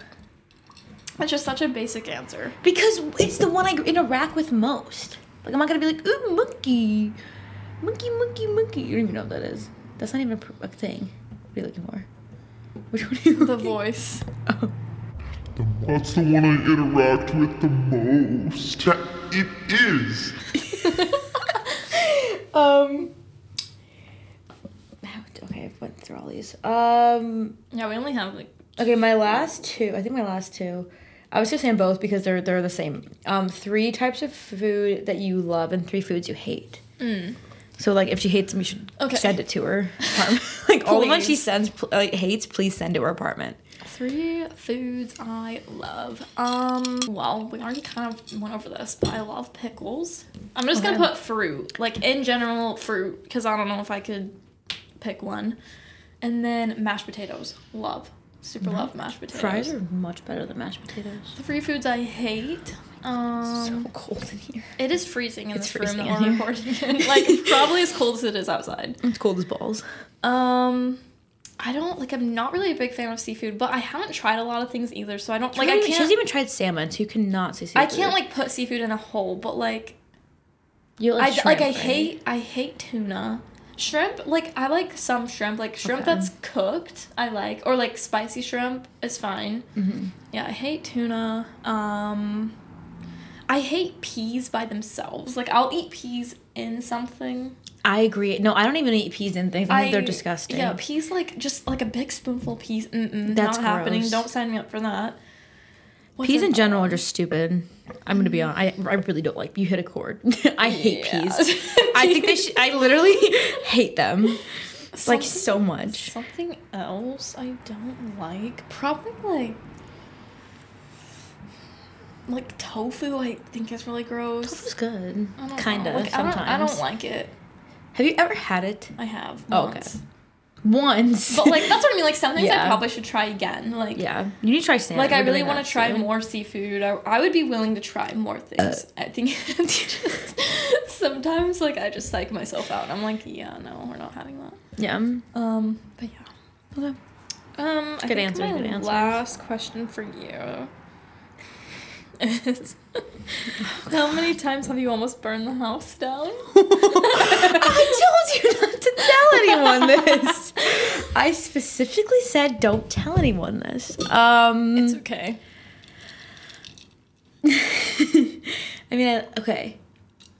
Speaker 2: That's just such a basic answer.
Speaker 1: because it's the one I interact with most. Like, I'm not gonna be like, ooh, monkey, monkey, monkey, monkey. You don't even know what that is. That's not even a, pr- a thing. What are you looking for? Which one are you?
Speaker 2: The
Speaker 1: looking-
Speaker 2: voice.
Speaker 1: Oh.
Speaker 3: The- That's the one I interact with the most. That it is.
Speaker 1: Um. Okay, I've went through all these. Um.
Speaker 2: Yeah, we only have like
Speaker 1: Okay, my last two. I think my last two. I was just saying both because they're they're the same. Um, three types of food that you love and three foods you hate. So like, if she hates them, you should
Speaker 2: Mm. Okay.
Speaker 1: send it to her. apartment. like all the ones she
Speaker 2: Please.
Speaker 1: sends pl- like, hates, please send to her apartment.
Speaker 2: three foods I love. Um, well, we already kind of went over this, but I love pickles. I'm just gonna
Speaker 1: Okay.
Speaker 2: put fruit, like in general fruit, because I don't know if I could pick one. And then mashed potatoes, love, super love mashed potatoes.
Speaker 1: Mm-hmm. Fries are much better than mashed potatoes.
Speaker 2: The three foods I hate. Um,
Speaker 1: so cold in here.
Speaker 2: it is freezing in
Speaker 1: It's
Speaker 2: this room
Speaker 1: freezing
Speaker 2: that
Speaker 1: in
Speaker 2: we're
Speaker 1: here.
Speaker 2: recording in. like probably as cold as it is outside.
Speaker 1: It's cold as balls.
Speaker 2: Um. I don't like. I'm not really a big fan of seafood, but I haven't tried a lot of things either, so I don't like. I
Speaker 1: She
Speaker 2: can't.
Speaker 1: hasn't even tried salmon, so you cannot say
Speaker 2: I
Speaker 1: seafood.
Speaker 2: can't like put seafood in a hole, but like
Speaker 1: You
Speaker 2: I like I
Speaker 1: shrimp, right?
Speaker 2: hate I hate tuna. Shrimp, like I like some shrimp, like shrimp
Speaker 1: Okay.
Speaker 2: that's cooked, I like, or like spicy shrimp is fine.
Speaker 1: Mm-hmm.
Speaker 2: Yeah, I hate tuna. Um, I hate peas by themselves. Like I'll eat peas in something.
Speaker 1: I agree. No, I don't even eat peas in things. I, think they're
Speaker 2: I-
Speaker 1: disgusting.
Speaker 2: Yeah, peas like just like a big spoonful of peas. Mm-mm,
Speaker 1: That's
Speaker 2: not happening.
Speaker 1: gross.
Speaker 2: Don't sign me up for that. What's
Speaker 1: peas in
Speaker 2: another
Speaker 1: general
Speaker 2: one?
Speaker 1: are just stupid. I'm gonna be honest. I, I really don't like. You hit a chord. I hate
Speaker 2: Yeah.
Speaker 1: peas. I think they should. I literally hate them like
Speaker 2: Something-
Speaker 1: so much.
Speaker 2: Something else I don't like. Probably like like tofu. I think is really gross.
Speaker 1: Tofu's good,
Speaker 2: I don't
Speaker 1: kind
Speaker 2: know.
Speaker 1: of.
Speaker 2: Like,
Speaker 1: sometimes.
Speaker 2: I don't, I don't like it.
Speaker 1: Have you ever had it
Speaker 2: I have.
Speaker 1: Oh, okay.
Speaker 2: once.
Speaker 1: once?
Speaker 2: But like that's what I mean. Like some things I
Speaker 1: Yeah.
Speaker 2: probably should try again. Like
Speaker 1: yeah, you need to try salmon.
Speaker 2: Like I
Speaker 1: You
Speaker 2: really want
Speaker 1: have
Speaker 2: to try
Speaker 1: to.
Speaker 2: more seafood. I, I would be willing to try more
Speaker 1: Uh.
Speaker 2: things. I think just- sometimes like I just psych myself out. I'm like, yeah, no, we're not having that.
Speaker 1: Yeah.
Speaker 2: Um, but yeah.
Speaker 1: Okay.
Speaker 2: Um,
Speaker 1: Good
Speaker 2: I think
Speaker 1: answers,
Speaker 2: my
Speaker 1: good answers.
Speaker 2: Last question for you is How many times have you almost burned the house down?
Speaker 1: I told you not to tell anyone this. I specifically said don't tell anyone this. Um,
Speaker 2: It's okay.
Speaker 1: I mean, I, okay.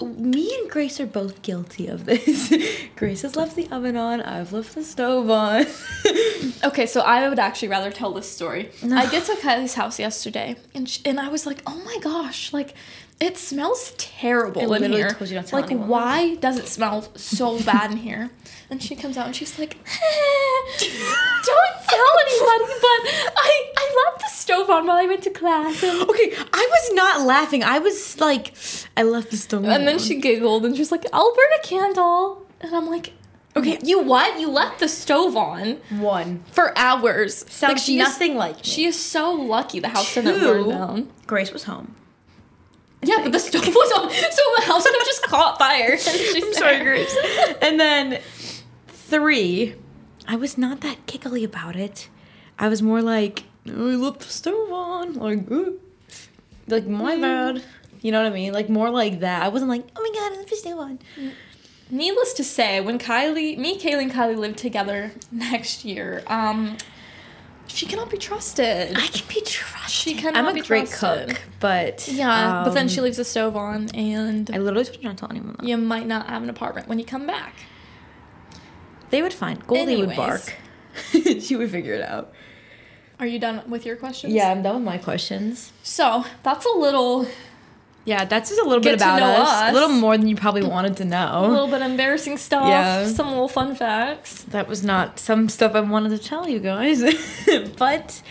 Speaker 1: Me and Grace are both guilty of this. Grace has left the oven on. I've left the stove on.
Speaker 2: Okay, so I would actually rather tell this story. I get to Kylie's house yesterday, and sh and I was like, "Oh my gosh, like it smells terrible
Speaker 1: I
Speaker 2: in
Speaker 1: literally
Speaker 2: here.
Speaker 1: told you not to tell
Speaker 2: like,
Speaker 1: anyone.
Speaker 2: why does it smell so bad in here?" And she comes out and she's like, "Don't tell anybody, but I I left the stove on while I went to class." And,
Speaker 1: okay, I was not laughing. I was like, I left the stove on.
Speaker 2: and then she giggled and she's like, "I'll burn a candle," and I'm like. Okay, you what? You left the stove on
Speaker 1: one
Speaker 2: for hours.
Speaker 1: sounds
Speaker 2: she is-
Speaker 1: nothing like me.
Speaker 2: She is so lucky the house did didn't
Speaker 1: Two.
Speaker 2: burn down.
Speaker 1: Grace was home.
Speaker 2: Yeah, but the stove was on, so the house would have just caught fire. I'm
Speaker 1: Grace. and then three, I was not that giggly about it. I was more like, I left the stove on. Like, "Ooh." like my bad. You know what I mean? Like more like that. I wasn't like, oh my god, I left the stove on.
Speaker 2: Needless to say, when Kylie, me, Kaylee, and Kylie lived together next year, um, she cannot be trusted.
Speaker 1: I can be trusted.
Speaker 2: She cannot
Speaker 1: I'm a
Speaker 2: be
Speaker 1: great
Speaker 2: trusted.
Speaker 1: cook, but
Speaker 2: Yeah, but then
Speaker 1: um,
Speaker 2: she leaves the stove on, and
Speaker 1: I literally told her not to tell anyone. Though.
Speaker 2: you might not have an apartment when you come back.
Speaker 1: They would find Goldie would
Speaker 2: Anyways.
Speaker 1: bark. she would figure it out.
Speaker 2: Are you done with your questions?
Speaker 1: Yeah, I'm done with my questions.
Speaker 2: So that's a little,
Speaker 1: Yeah, that's just a little bit
Speaker 2: Get to
Speaker 1: about
Speaker 2: know
Speaker 1: us. A
Speaker 2: us.
Speaker 1: little more than you probably wanted to know.
Speaker 2: a little bit embarrassing stuff.
Speaker 1: Yeah.
Speaker 2: Some little fun facts.
Speaker 1: that was not some stuff I wanted to tell you guys, but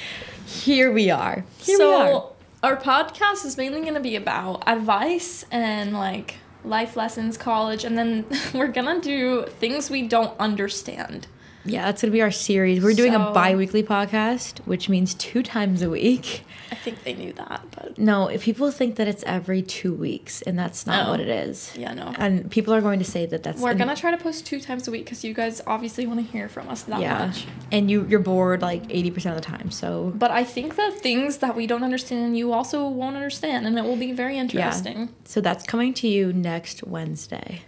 Speaker 1: here we are. Here
Speaker 2: so
Speaker 1: we are.
Speaker 2: our podcast is mainly going to be about advice and like life lessons, college, and then we're going to do things we don't understand.
Speaker 1: Yeah, that's gonna be our series. We're doing a
Speaker 2: So-
Speaker 1: bi-weekly podcast, which means two times a week.
Speaker 2: I think they knew that, but
Speaker 1: No, if people think that it's every two weeks, and that's not
Speaker 2: Oh.
Speaker 1: what it is.
Speaker 2: yeah, no.
Speaker 1: And people are going to say that that's
Speaker 2: We're
Speaker 1: an-
Speaker 2: going to try to post two times a week cuz you guys obviously want to hear from us that
Speaker 1: yeah,
Speaker 2: much.
Speaker 1: and you you're bored like eighty percent of the time. So
Speaker 2: But I think the things that we don't understand, you also won't understand, and it will be very interesting.
Speaker 1: so that's coming to you next Wednesday.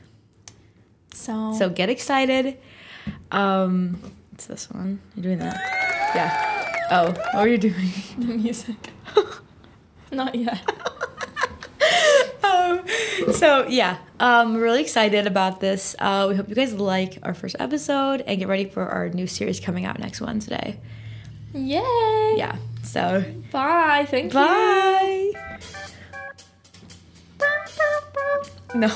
Speaker 2: So,
Speaker 1: So get excited. Um, it's this one. You're doing that. Yeah. Oh, what were you doing?
Speaker 2: the music. Not yet.
Speaker 1: um, so yeah, um, really excited about this. Uh, we hope you guys like our first episode and get ready for our new series coming out next Wednesday.
Speaker 2: Yay!
Speaker 1: Yeah. So
Speaker 2: Bye. Thank you.
Speaker 1: bye. No.